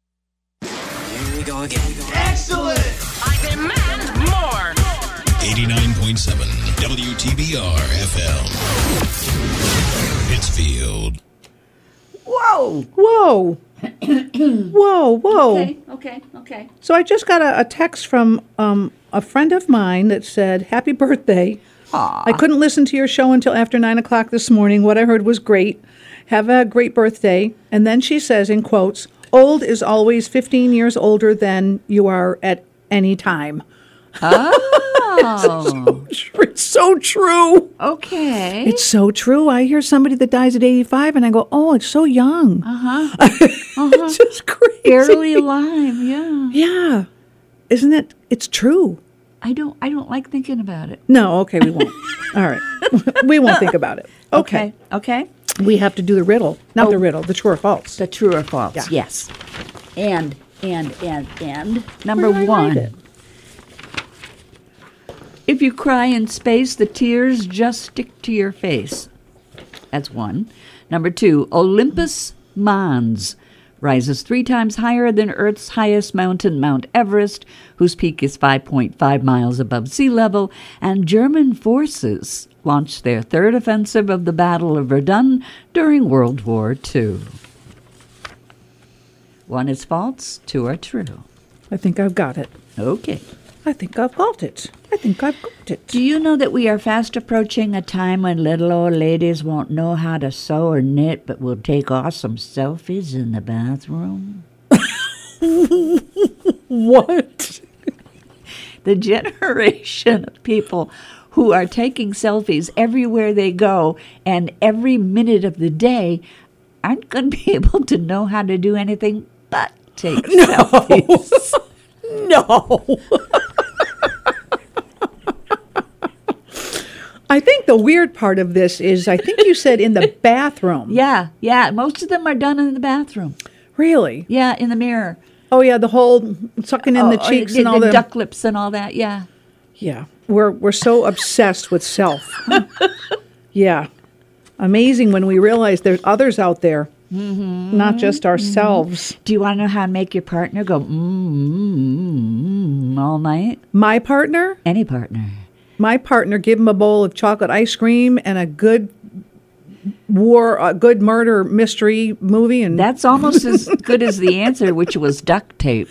Speaker 6: Here we go again.
Speaker 9: I demand more.
Speaker 10: 89.7 WTBR FM. Pittsfield.
Speaker 4: Whoa.
Speaker 3: Whoa, whoa, whoa!
Speaker 4: Okay. Okay. Okay.
Speaker 3: So I just got a, a text from um, a friend of mine that said, "Happy birthday." I couldn't listen to your show until after nine o'clock this morning. What I heard was great. Have a great birthday. And then she says, in quotes, old is always 15 years older than you are at any time. Oh. it's *laughs* so true.
Speaker 4: Okay.
Speaker 3: *laughs* It's so true. I hear somebody that dies at 85 and I go, oh, it's so young.
Speaker 4: Ah.
Speaker 3: *laughs* Uh-huh. it's just crazy.
Speaker 4: barely alive. Yeah.
Speaker 3: Yeah. Isn't it? It's true.
Speaker 4: I don't. I don't like thinking about it.
Speaker 3: No, okay,
Speaker 4: *laughs*
Speaker 3: we won't. All right. we won't think about it. Okay.
Speaker 4: Okay.
Speaker 3: We have to do the riddle. Not the riddle, the true or false.
Speaker 4: The true or false.
Speaker 3: Yeah.
Speaker 4: Yes. And and and and number
Speaker 3: did I write it?
Speaker 4: one. If you cry in space, the tears just stick to your face. That's one. Number two, Olympus Mons rises three times higher than Earth's highest mountain, Mount Everest, whose peak is 5.5 miles above sea level, and German forces launched their third offensive of the Battle of Verdun during World War II. One is false, two are true.
Speaker 3: I think I've got it.
Speaker 4: Okay.
Speaker 3: I think I've got it. I think I've got it.
Speaker 4: Do you know that we are fast approaching a time when little old ladies won't know how to sew or knit but will take awesome selfies in the bathroom?
Speaker 3: What?
Speaker 4: The *laughs* generation of people who are taking selfies everywhere they go and every minute of the day aren't going to be *laughs* able to know how to do anything but *laughs* take selfies.
Speaker 3: *laughs* No. I think the weird part of this is I think you said
Speaker 4: *laughs*
Speaker 3: in the bathroom.
Speaker 4: Yeah, yeah. Most of them are done in the bathroom.
Speaker 3: Really?
Speaker 4: Yeah, in the mirror.
Speaker 3: Oh yeah, the whole sucking in the
Speaker 4: Oh,
Speaker 3: cheeks
Speaker 4: the,
Speaker 3: and all
Speaker 4: the
Speaker 3: the
Speaker 4: duck lips and all that. Yeah.
Speaker 3: Yeah. We're we're so obsessed with self. yeah. Amazing when we realize there's others out there, not just ourselves.
Speaker 4: Do you want to know how to make your partner go mm, mm, mm, all night?
Speaker 3: My partner,
Speaker 4: Any partner.
Speaker 3: my partner, give him a bowl of chocolate ice cream and a good war, a good murder mystery movie, and
Speaker 4: That's almost *laughs* as good as the answer, which was duct tape.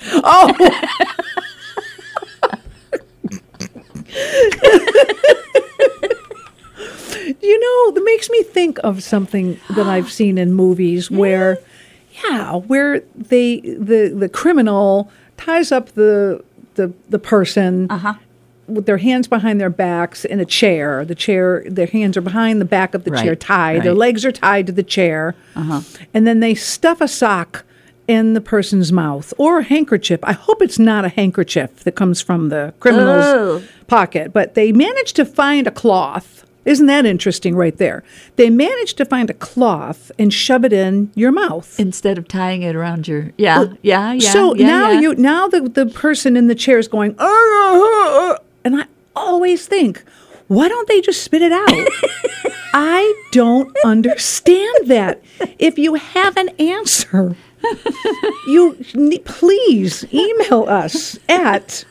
Speaker 3: you know that makes me think of something
Speaker 4: *gasps*
Speaker 3: that I've seen in movies where, yeah, where they the the criminal ties up the the the person
Speaker 4: Uh-huh.
Speaker 3: with their hands behind their backs in a chair. The chair, their hands are behind the back of the chair,
Speaker 4: Right,
Speaker 3: tied. Their
Speaker 4: right.
Speaker 3: legs are tied to the chair, and then they stuff a sock in the person's mouth or a handkerchief. I hope it's not a handkerchief that comes from the criminal's pocket, but they managed to find a cloth. Isn't that interesting right there? They managed to find a cloth and shove it in your mouth.
Speaker 4: Instead of tying it around your yeah yeah Oh, yeah.
Speaker 3: so
Speaker 4: yeah,
Speaker 3: now
Speaker 4: yeah.
Speaker 3: you now the, the person in the chair is going, "Uh, uh, uh," and I always think, why don't they just spit
Speaker 4: *laughs*
Speaker 3: it out? I don't understand that. If you have an
Speaker 4: *laughs*
Speaker 3: answer, you ne- please email us at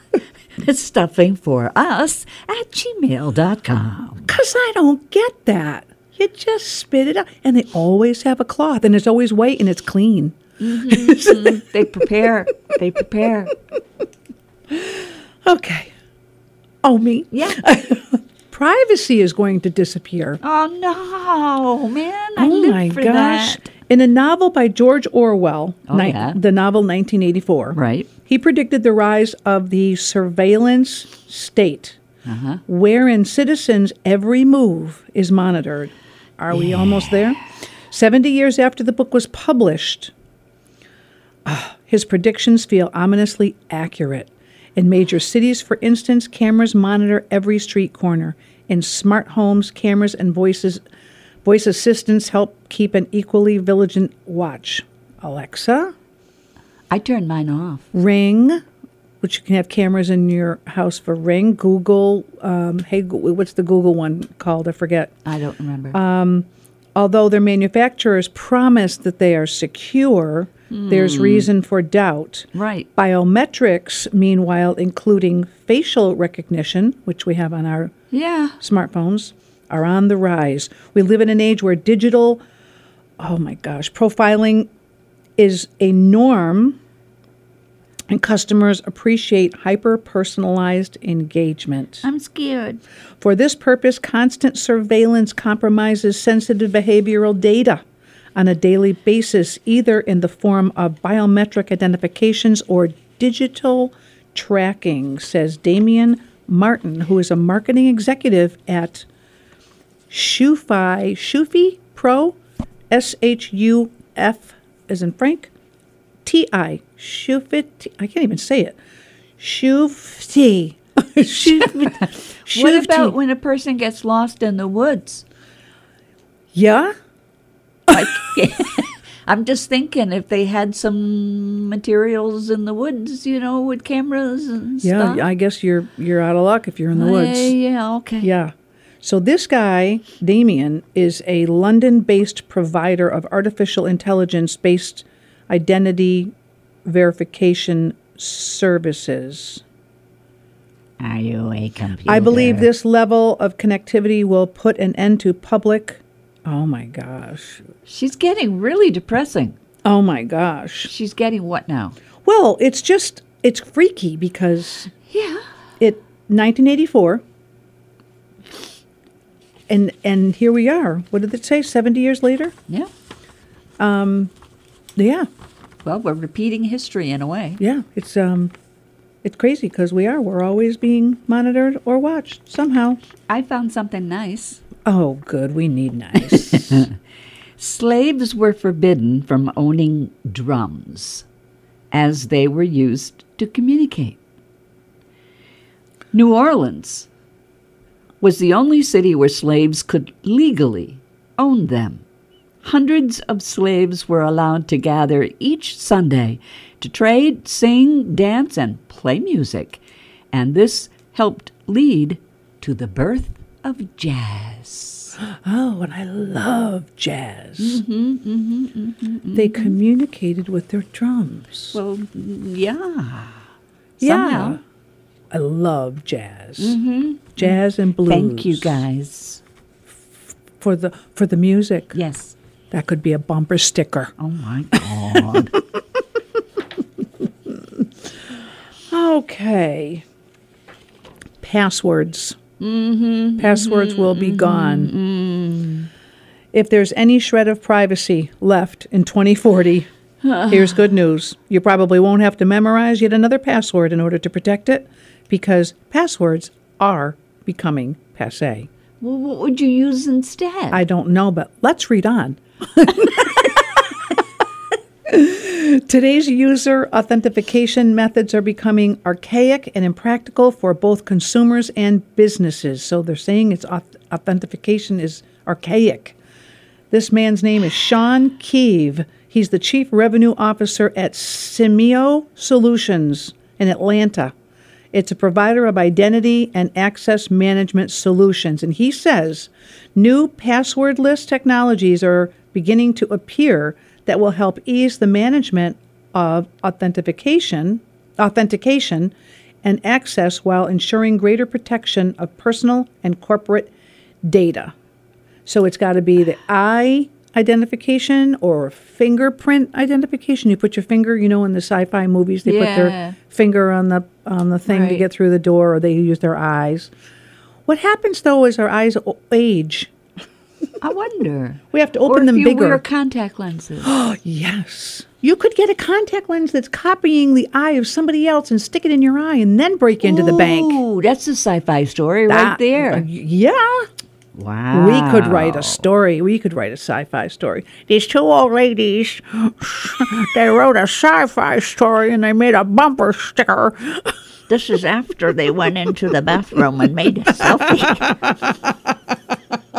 Speaker 4: it's stuffing for us at gmail.com.
Speaker 3: Because I don't get that. You just spit it out. And they always have a cloth, and it's always white and it's clean.
Speaker 4: They prepare. They prepare.
Speaker 3: Okay. Oh, me?
Speaker 4: Yeah. *laughs*
Speaker 3: Privacy is going to disappear.
Speaker 4: Oh no, man! I
Speaker 3: oh
Speaker 4: live
Speaker 3: my
Speaker 4: for
Speaker 3: gosh.
Speaker 4: that.
Speaker 3: In a novel by George Orwell,
Speaker 4: Oh,
Speaker 3: ni-
Speaker 4: yeah.
Speaker 3: the novel 1984,
Speaker 4: Right.
Speaker 3: he predicted the rise of the surveillance state, wherein citizens' every move is monitored. Are we almost there? 70 years after the book was published, ah, his predictions feel ominously accurate. In major cities, for instance, cameras monitor every street corner. In smart homes, cameras and voices, voice assistants help keep an equally vigilant watch. Alexa,
Speaker 4: I turned mine off.
Speaker 3: Ring, which you can have cameras in your house for Ring. Google, um, hey, Goo- what's the Google one called? I forget.
Speaker 4: I don't remember.
Speaker 3: Although their manufacturers promise that they are secure, there's reason for doubt.
Speaker 4: Right.
Speaker 3: Biometrics, meanwhile, including facial recognition, which we have on our
Speaker 4: yeah.
Speaker 3: smartphones are on the rise. We live in an age where digital, oh my gosh, profiling is a norm, and customers appreciate hyper personalized engagement.
Speaker 4: I'm scared.
Speaker 3: For this purpose, constant surveillance compromises sensitive behavioral data on a daily basis, either in the form of biometric identifications or digital tracking, says Damian Martin, who is a marketing executive at Shufi, Shufi Pro, S H U F, as in Frank, T I, Shufit, I can't even say it. Shufti. Shufti.
Speaker 4: What about when a person gets lost in the woods?
Speaker 3: Yeah.
Speaker 4: I'm just thinking if they had some materials in the woods, you know, with cameras and
Speaker 3: Yeah,
Speaker 4: stuff.
Speaker 3: I guess you're you're out of luck if you're in the woods.
Speaker 4: Yeah, yeah, okay.
Speaker 3: Yeah. So this guy, Damien, is a London-based provider of artificial intelligence-based identity verification services.
Speaker 4: Are you a computer?
Speaker 3: I believe this level of connectivity will put an end to public Oh my gosh.
Speaker 4: She's getting really depressing.
Speaker 3: Oh my gosh.
Speaker 4: She's getting what now?
Speaker 3: Well, it's just it's freaky because
Speaker 4: Yeah.
Speaker 3: it 1984 and and here we are what did it say 70 years later
Speaker 4: Yeah.
Speaker 3: yeah
Speaker 4: Well, we're repeating history in a way.
Speaker 3: yeah it's um it's crazy because we are we're always being monitored or watched somehow
Speaker 4: I found something nice.
Speaker 3: oh good we need nice
Speaker 4: Slaves were forbidden from owning drums as they were used to communicate. New Orleans was the only city where slaves could legally own them. Hundreds of slaves were allowed to gather each Sunday to trade, sing, dance, and play music, and this helped lead to the birth of jazz.
Speaker 3: Oh, and I love jazz.
Speaker 4: hmm hmm
Speaker 3: They communicated with their drums.
Speaker 4: Well, yeah.
Speaker 3: yeah.
Speaker 4: somehow.
Speaker 3: I love jazz. Jazz and blues.
Speaker 4: Mm-hmm, Thank you guys.
Speaker 3: for the for the music.
Speaker 4: Yes.
Speaker 3: That could be a bumper sticker.
Speaker 4: Oh my
Speaker 3: *laughs*
Speaker 4: God.
Speaker 3: Okay. Passwords. Mm-hmm, Passwords will be gone. If there's any shred of privacy left in *sighs* 2040, here's good news. You probably won't have to memorize yet another password in order to protect it because passwords are becoming passe.
Speaker 4: well, what would you use instead?
Speaker 3: I don't know, but let's read on. *laughs* Today's user authentication methods are becoming archaic and impractical for both consumers and businesses. So they're saying its auth- authentication is archaic. This man's name is Sean Keeve. He's the chief revenue officer at Simeo Solutions in Atlanta. It's a provider of identity and access management solutions. And he says new passwordless technologies are beginning to appear that will help ease the management of authentication, authentication and access while ensuring greater protection of personal and corporate data. So it's got to be the eye identification or fingerprint identification. You put your finger, you know, in the sci-fi movies, they put
Speaker 4: Yeah.
Speaker 3: their finger on the on the thing to
Speaker 4: Right.
Speaker 3: get through the door, or they use their eyes. What happens though is our eyes o- age.
Speaker 4: I wonder.
Speaker 3: *laughs* We have to
Speaker 4: Or
Speaker 3: open
Speaker 4: if
Speaker 3: them
Speaker 4: you
Speaker 3: bigger.
Speaker 4: wear contact lenses.
Speaker 3: Yes. You could get a contact lens that's copying the eye of somebody else and stick it in your eye and then break *gasps* into the bank.
Speaker 4: Ooh, that's a sci-fi story right
Speaker 3: That- uh,
Speaker 4: there.
Speaker 3: Yeah.
Speaker 4: Wow.
Speaker 3: We could write a story. We could write a sci-fi story. These two old ladies, *laughs* they wrote a sci-fi story and they made a bumper sticker. *laughs*
Speaker 4: This is after they went into the bathroom and made a selfie.
Speaker 3: *laughs*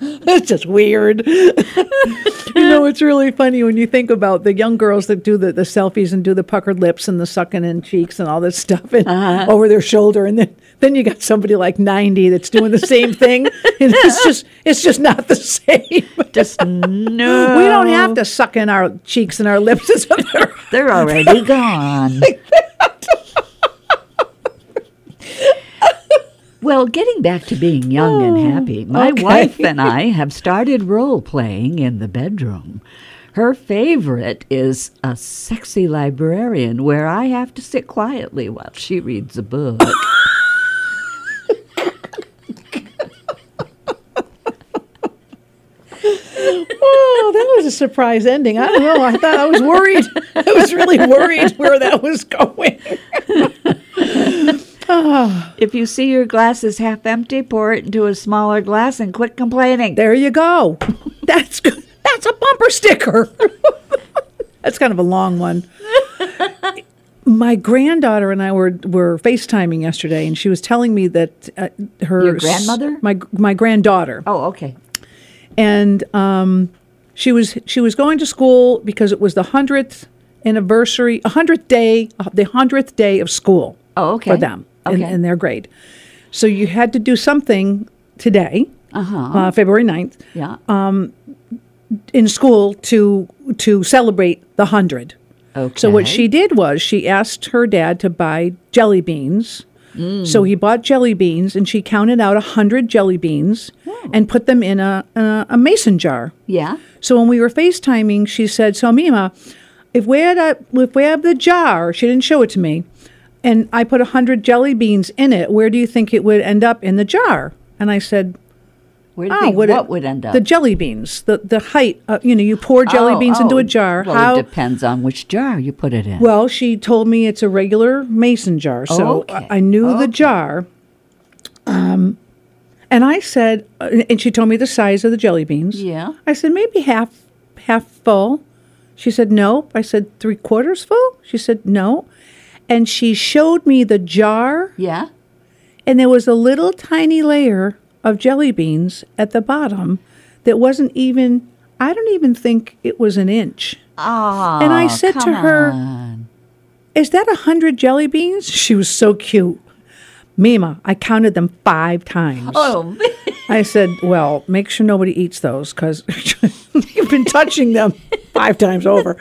Speaker 3: It's just weird. you know, it's really funny when you think about the young girls that do the, the selfies and do the puckered lips and the sucking in cheeks and all this stuff and
Speaker 4: Uh-huh.
Speaker 3: over their shoulder, and then then you got somebody like ninety that's doing the same thing, and
Speaker 4: *laughs*
Speaker 3: it's just it's just not the same.
Speaker 4: Just no.
Speaker 3: *laughs* We don't have to suck in our cheeks and our lips. It's other.
Speaker 4: *laughs* They're already gone. well, getting back to being young and happy, my wife and I have started role playing in the bedroom. Her favorite is a sexy librarian where I have to sit quietly while she reads a book.
Speaker 3: Oh, that was a surprise ending. I don't know. I thought I was worried. I was really worried where that was going.
Speaker 4: *coughs* if you see your glass is half empty, pour it into a smaller glass and quit complaining.
Speaker 3: There you go. *laughs* That's good. that's a bumper sticker. *laughs* that's kind of a long one. My granddaughter and I were were FaceTiming yesterday, and she was telling me that uh, her
Speaker 4: Your
Speaker 3: s-
Speaker 4: grandmother?
Speaker 3: my my granddaughter,
Speaker 4: Oh, okay.
Speaker 3: and um, she was she was going to school because it was the hundredth anniversary, hundredth day, uh, the hundredth day of school.
Speaker 4: Oh, okay.
Speaker 3: for them in,
Speaker 4: Okay.
Speaker 3: in their grade. So you had to do something today,
Speaker 4: Uh-huh.
Speaker 3: uh, February 9th,
Speaker 4: Yeah.
Speaker 3: in school to to celebrate the hundred. So what
Speaker 4: Okay.
Speaker 3: she did was she asked her dad to buy jelly beans. So he bought jelly beans, and she counted out a hundred jelly beans and put them in a, a a mason jar.
Speaker 4: yeah.
Speaker 3: So when we were FaceTiming, she said, So Mima, if we had a, if we have the jar, she didn't show it to me, and I put a hundred jelly beans in it, where do you think it would end up in the jar? And I said,
Speaker 4: Where do you
Speaker 3: Oh,
Speaker 4: think
Speaker 3: would it-
Speaker 4: what would end up?
Speaker 3: The jelly beans, the the height. Uh, you know, you pour jelly
Speaker 4: Oh,
Speaker 3: beans into
Speaker 4: oh,
Speaker 3: a jar.
Speaker 4: Well,
Speaker 3: How?
Speaker 4: it depends on which jar you put it in.
Speaker 3: well, she told me it's a regular mason jar, so
Speaker 4: Okay,
Speaker 3: I I knew
Speaker 4: okay.
Speaker 3: the jar. Um, and I said, uh, and she told me the size of the jelly beans.
Speaker 4: Yeah.
Speaker 3: I said maybe half half full. She said nope. I said three quarters full. She said no, and she showed me the jar,
Speaker 4: yeah.
Speaker 3: and there was a little tiny layer of jelly beans at the bottom that wasn't even. I don't even think it was an inch.
Speaker 4: Ah.
Speaker 3: And I said to
Speaker 4: come
Speaker 3: her,
Speaker 4: on.
Speaker 3: Is that a hundred jelly beans? She was so cute. Mima, I counted them five times.
Speaker 4: Oh,
Speaker 3: I said, well, make sure nobody eats those because *laughs* you've been touching them five times over.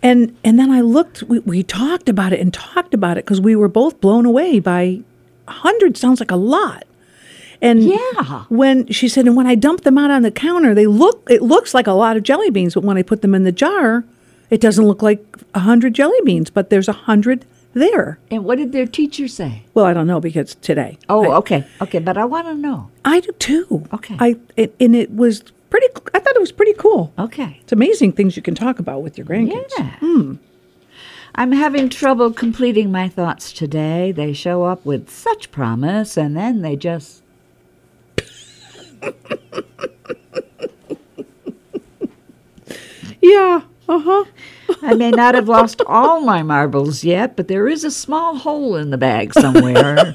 Speaker 3: And and then I looked. We, we talked about it and talked about it because we were both blown away by a hundred. Sounds like a lot. And
Speaker 4: Yeah.
Speaker 3: when she said, and when I dump them out on the counter, they look. It looks like a lot of jelly beans, but when I put them in the jar, it doesn't look like a hundred jelly beans. But there's a hundred there.
Speaker 4: and what did their teacher say?
Speaker 3: Well, I don't know because today.
Speaker 4: Oh,
Speaker 3: I-
Speaker 4: okay, okay, but I want to know.
Speaker 3: I do too.
Speaker 4: Okay.
Speaker 3: I it, and it was pretty. I thought it was pretty cool.
Speaker 4: Okay.
Speaker 3: It's amazing things you can talk about with your grandkids.
Speaker 4: Yeah. I'm having trouble completing my thoughts today. They show up with such promise and then they just.
Speaker 3: Yeah. Uh huh.
Speaker 4: I may not have
Speaker 3: *laughs*
Speaker 4: lost all my marbles yet, but there is a small hole in the bag
Speaker 3: *laughs*
Speaker 4: somewhere.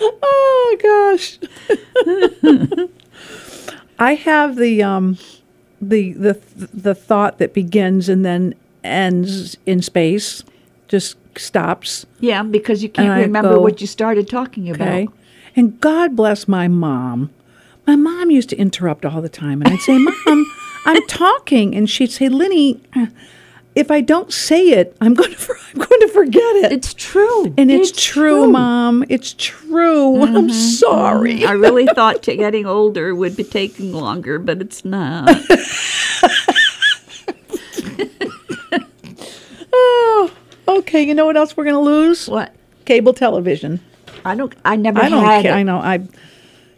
Speaker 3: Oh gosh. *laughs* I have the um, the the the thought that begins and then ends in space, just stops.
Speaker 4: yeah, because you can't
Speaker 3: And I
Speaker 4: remember
Speaker 3: go,
Speaker 4: what you started talking about.
Speaker 3: Okay. And God bless my mom. My mom used to interrupt all the time, and I'd say,
Speaker 4: *laughs*
Speaker 3: "Mom, I'm talking," and she'd say, "Lenny, uh, if I don't say it, I'm going to *laughs* for- I'm going to forget it."
Speaker 4: It's true. Mm-hmm.
Speaker 3: and it's, true, mom. It's true. *laughs* I'm sorry.
Speaker 4: I really thought to getting older would be taking longer, but it's not.
Speaker 3: Oh, okay. You know what else we're going to lose?
Speaker 4: What?
Speaker 3: Cable television.
Speaker 4: I don't. I never
Speaker 3: I don't
Speaker 4: had
Speaker 3: care. I
Speaker 4: it.
Speaker 3: know. I,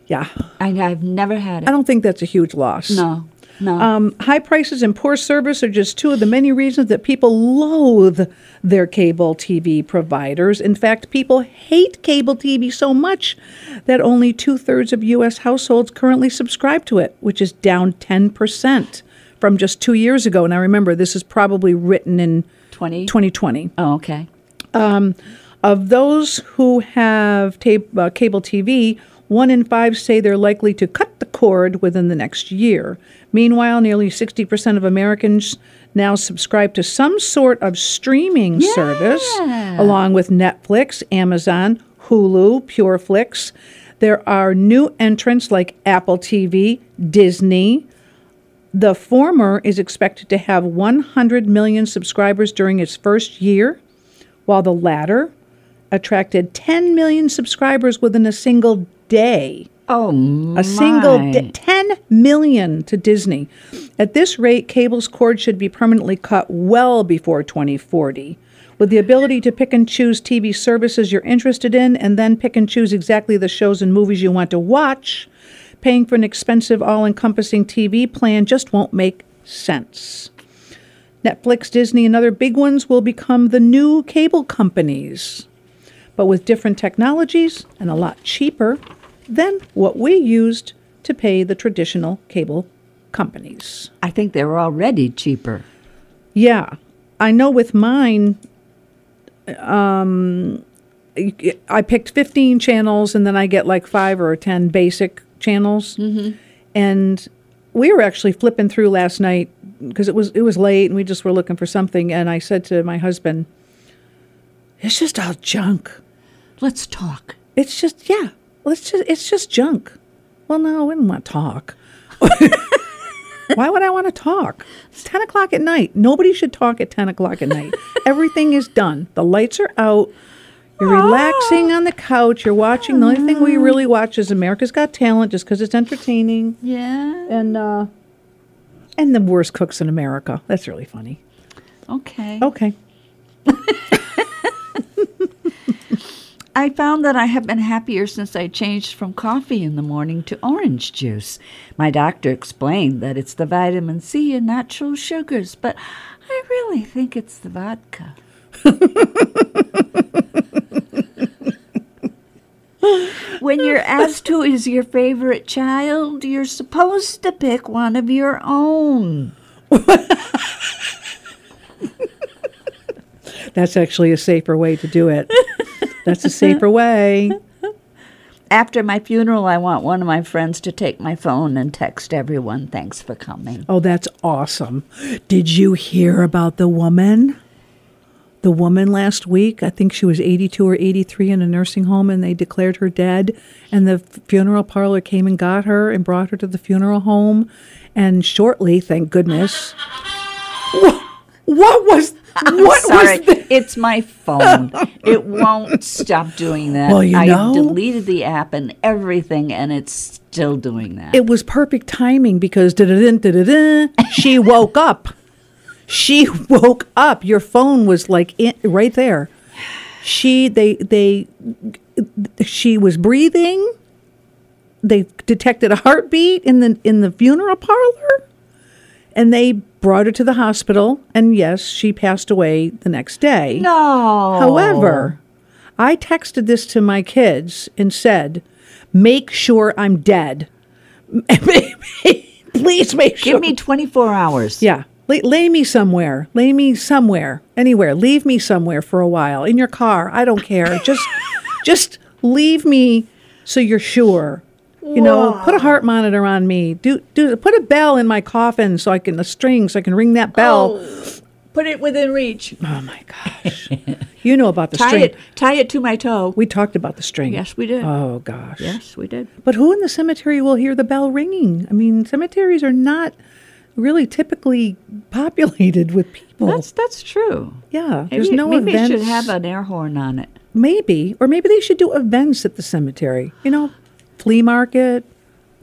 Speaker 3: yeah.
Speaker 4: I, have never had it.
Speaker 3: I don't think that's a huge loss.
Speaker 4: no, no.
Speaker 3: Um, high prices and poor service are just two of the many reasons that people loathe their cable TV providers. In fact, people hate cable TV so much that only two thirds of U.S. households currently subscribe to it, which is down 10% from just two years ago. And I remember this is probably written in
Speaker 4: 20?
Speaker 3: 2020.
Speaker 4: oh, okay.
Speaker 3: Of those who have tape, uh, cable TV, one in five say they're likely to cut the cord within the next year. Meanwhile, nearly 60% of Americans now subscribe to some sort of streaming service, along with Netflix, Amazon, Hulu, Pureflix. There are new entrants like Apple TV, Disney, the former is expected to have 100 million subscribers during its first year, while the latter attracted 10 million subscribers within a single day.
Speaker 4: Oh,
Speaker 3: A single di- 10 million to Disney. At this rate, cable's cord should be permanently cut well before 2040. With the ability to pick and choose TV services you're interested in and then pick and choose exactly the shows and movies you want to watch, paying for an expensive, all encompassing TV plan just won't make sense. Netflix, Disney, and other big ones will become the new cable companies but with different technologies and a lot cheaper than what we used to pay the traditional cable companies.
Speaker 4: I think they were already cheaper.
Speaker 3: Yeah, I know with mine, um, I picked 15 channels and then I get like five or 10 basic channels. Mm-hmm. And we were actually flipping through last night because it was it was late and we just were looking for something and I said to my husband, "It's just all junk."
Speaker 4: Let's talk.
Speaker 3: It's just yeah. Let's just it's just junk. Well, no, I wouldn't want to talk. Why would I want to talk? It's ten o'clock at night. Nobody should talk at ten o'clock at night. Everything is done. The lights are out. You're relaxing on the couch. You're watching. The only thing we really watch is America's Got Talent, just because it's entertaining.
Speaker 4: Yeah.
Speaker 3: And uh, and the worst cooks in America. That's really funny.
Speaker 4: Okay.
Speaker 3: Okay.
Speaker 4: I found that I have been happier since I changed from coffee in the morning to orange juice. My doctor explained that it's the vitamin C and natural sugars, but I really think it's the vodka. when you're asked who is your favorite child, you're supposed to pick one of your own.
Speaker 3: That's actually a safer way to do it. That's a safer way.
Speaker 4: After my funeral, I want one of my friends to take my phone and text everyone, thanks for coming.
Speaker 3: Oh, that's awesome. Did you hear about the woman? the woman last week. I think she was 82 or 83 in a nursing home, and they declared her dead. And the funeral parlor came and got her and brought her to the funeral home. And shortly,
Speaker 4: *laughs*
Speaker 3: thank goodness, what, what was
Speaker 4: I'm
Speaker 3: what
Speaker 4: sorry.
Speaker 3: was the,
Speaker 4: It's my phone. it won't stop doing that.
Speaker 3: Well, you
Speaker 4: I
Speaker 3: know-
Speaker 4: deleted the app and everything, and it's still doing that.
Speaker 3: it was perfect timing because da-da-dun, da-da-dun, she *laughs* woke up. She woke up. Your phone was like in, right there. She they they she was breathing. They detected a heartbeat in the in the funeral parlor, and they brought her to the hospital. And yes, she passed away the next day.
Speaker 4: no. Oh.
Speaker 3: However, I texted this to my kids and said, "Make sure I'm dead. *laughs* Please make sure.
Speaker 4: give me 24 hours.
Speaker 3: yeah. Lay, lay me somewhere. Lay me somewhere. Anywhere. Leave me somewhere for a while in your car. I don't care.
Speaker 4: *laughs*
Speaker 3: Just, just leave me so you're sure." You know, put a heart monitor on me. Do do put a bell in my coffin so I can a string so I can ring that bell.
Speaker 4: Oh, Put it within reach.
Speaker 3: Oh my gosh! you know about the
Speaker 4: Tie
Speaker 3: string.
Speaker 4: it. Tie it to my toe.
Speaker 3: We talked about the string.
Speaker 4: Yes, we did.
Speaker 3: Oh gosh.
Speaker 4: yes, we did.
Speaker 3: But who in the cemetery will hear the bell ringing? I mean, cemeteries are not really typically *laughs* populated with people.
Speaker 4: That's that's true.
Speaker 3: yeah.
Speaker 4: Maybe,
Speaker 3: there's no
Speaker 4: maybe it
Speaker 3: events.
Speaker 4: should have an air horn on it.
Speaker 3: maybe, or maybe they should do events at the cemetery. You know, flea market.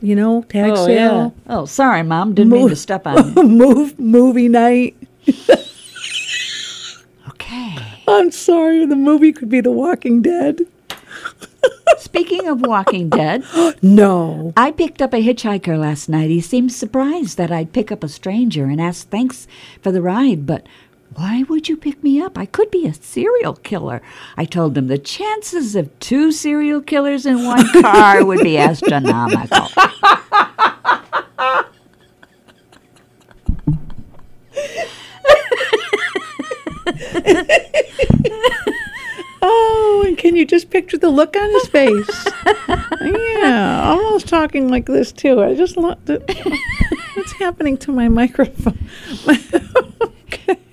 Speaker 3: You know, tag sale.
Speaker 4: Oh, sorry, mom. Didn't mean to step on
Speaker 3: *laughs*
Speaker 4: you.
Speaker 3: Move movie night.
Speaker 4: Okay.
Speaker 3: I'm sorry, the movie could be The Walking Dead.
Speaker 4: Speaking of Walking Dead,
Speaker 3: No.
Speaker 4: I picked up a hitchhiker last night. He seemed surprised that I'd pick up a stranger and ask thanks for the ride, but why would you pick me up? I could be a serial killer. I told him the chances of two serial killers in one *laughs* car would be astronomical.
Speaker 3: Oh, and can you just picture the look on his *laughs* face? yeah, almost talking like this too. I just lo- the- what's happening to my microphone?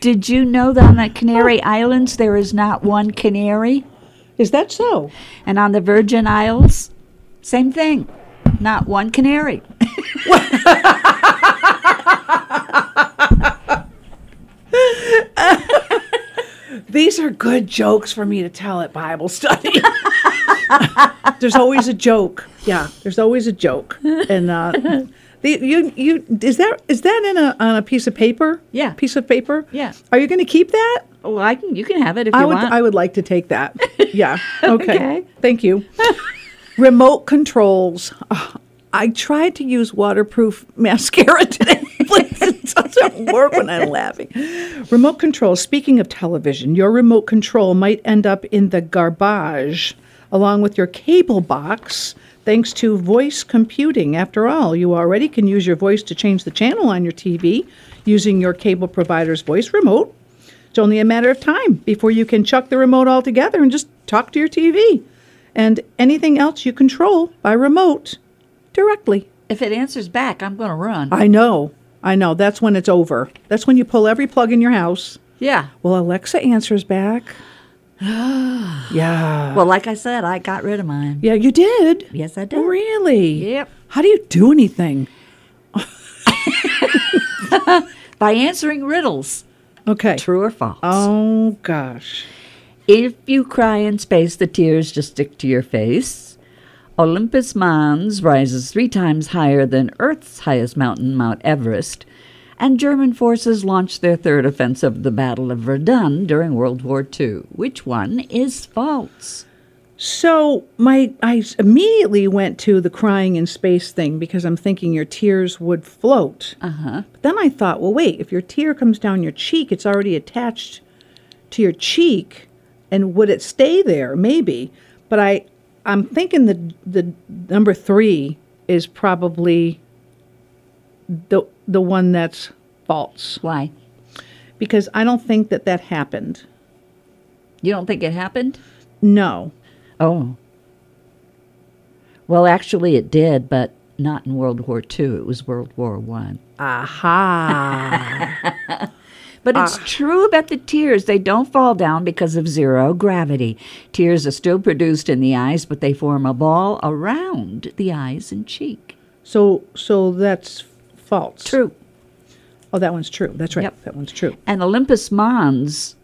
Speaker 4: Did you know that on the *laughs* Canary Islands there is not one canary?
Speaker 3: Is that so?
Speaker 4: And on the Virgin Isles, same thing. Not one canary.
Speaker 3: These are good jokes for me to tell at Bible study. *laughs* there's always a joke. Yeah, there's always a joke. And uh, the, you you is that is that in a on a piece of paper?
Speaker 4: Yeah.
Speaker 3: piece of paper.
Speaker 4: Yeah.
Speaker 3: Are you going to keep that?
Speaker 4: Oh, Well, I can, you can have it if
Speaker 3: I
Speaker 4: you
Speaker 3: would
Speaker 4: want.
Speaker 3: I would like to
Speaker 4: *laughs*
Speaker 3: take that. Yeah. Okay.
Speaker 4: Okay.
Speaker 3: Thank
Speaker 4: *laughs*
Speaker 3: you. Remote controls. Ugh, I tried to use waterproof mascara today. *laughs* Please, it doesn't work when I'm laughing. Remote control. Speaking of television, your remote control might end up in the garbage along with your cable box thanks to voice computing. After all, you already can use your voice to change the channel on your TV using your cable provider's voice remote. It's only a matter of time before you can chuck the remote altogether and just talk to your TV and anything else you control by remote directly.
Speaker 4: if it answers back, I'm going to run.
Speaker 3: I know, I know. That's when it's over. That's when you pull every plug in your house.
Speaker 4: yeah.
Speaker 3: Well, Alexa answers *sighs* back. yeah.
Speaker 4: Well, like I said, I got rid of mine.
Speaker 3: Yeah, you did.
Speaker 4: Yes, I did.
Speaker 3: Really?
Speaker 4: Yep.
Speaker 3: How do you do anything?
Speaker 4: By answering riddles.
Speaker 3: Okay.
Speaker 4: True or false?
Speaker 3: Oh, gosh.
Speaker 4: If you cry in space, the tears just stick to your face. Olympus Mons rises three times higher than Earth's highest mountain, Mount Everest. And German forces launched their third offensive, the Battle of Verdun, during World War II. Which one is false?
Speaker 3: So my I s- immediately went to the crying in space thing because I'm thinking your tears would float. Uh-huh. But then I thought, well wait, if your tear comes down your cheek, it's already attached to your cheek and would it stay there? Maybe. But I I'm thinking the the number 3 is probably the the one that's false
Speaker 4: Why?
Speaker 3: because I don't think that that happened.
Speaker 4: You don't think it happened?
Speaker 3: No.
Speaker 4: Oh. Well, actually, it did, but not in World War II. It was World War One.
Speaker 3: Aha.
Speaker 4: But it's true about the tears. They don't fall down because of zero gravity. Tears are still produced in the eyes, but they form a ball around the eyes and cheek.
Speaker 3: So, so that's false.
Speaker 4: True.
Speaker 3: Oh, that one's true. That's right.
Speaker 4: Yep.
Speaker 3: That one's true.
Speaker 4: And Olympus Mons,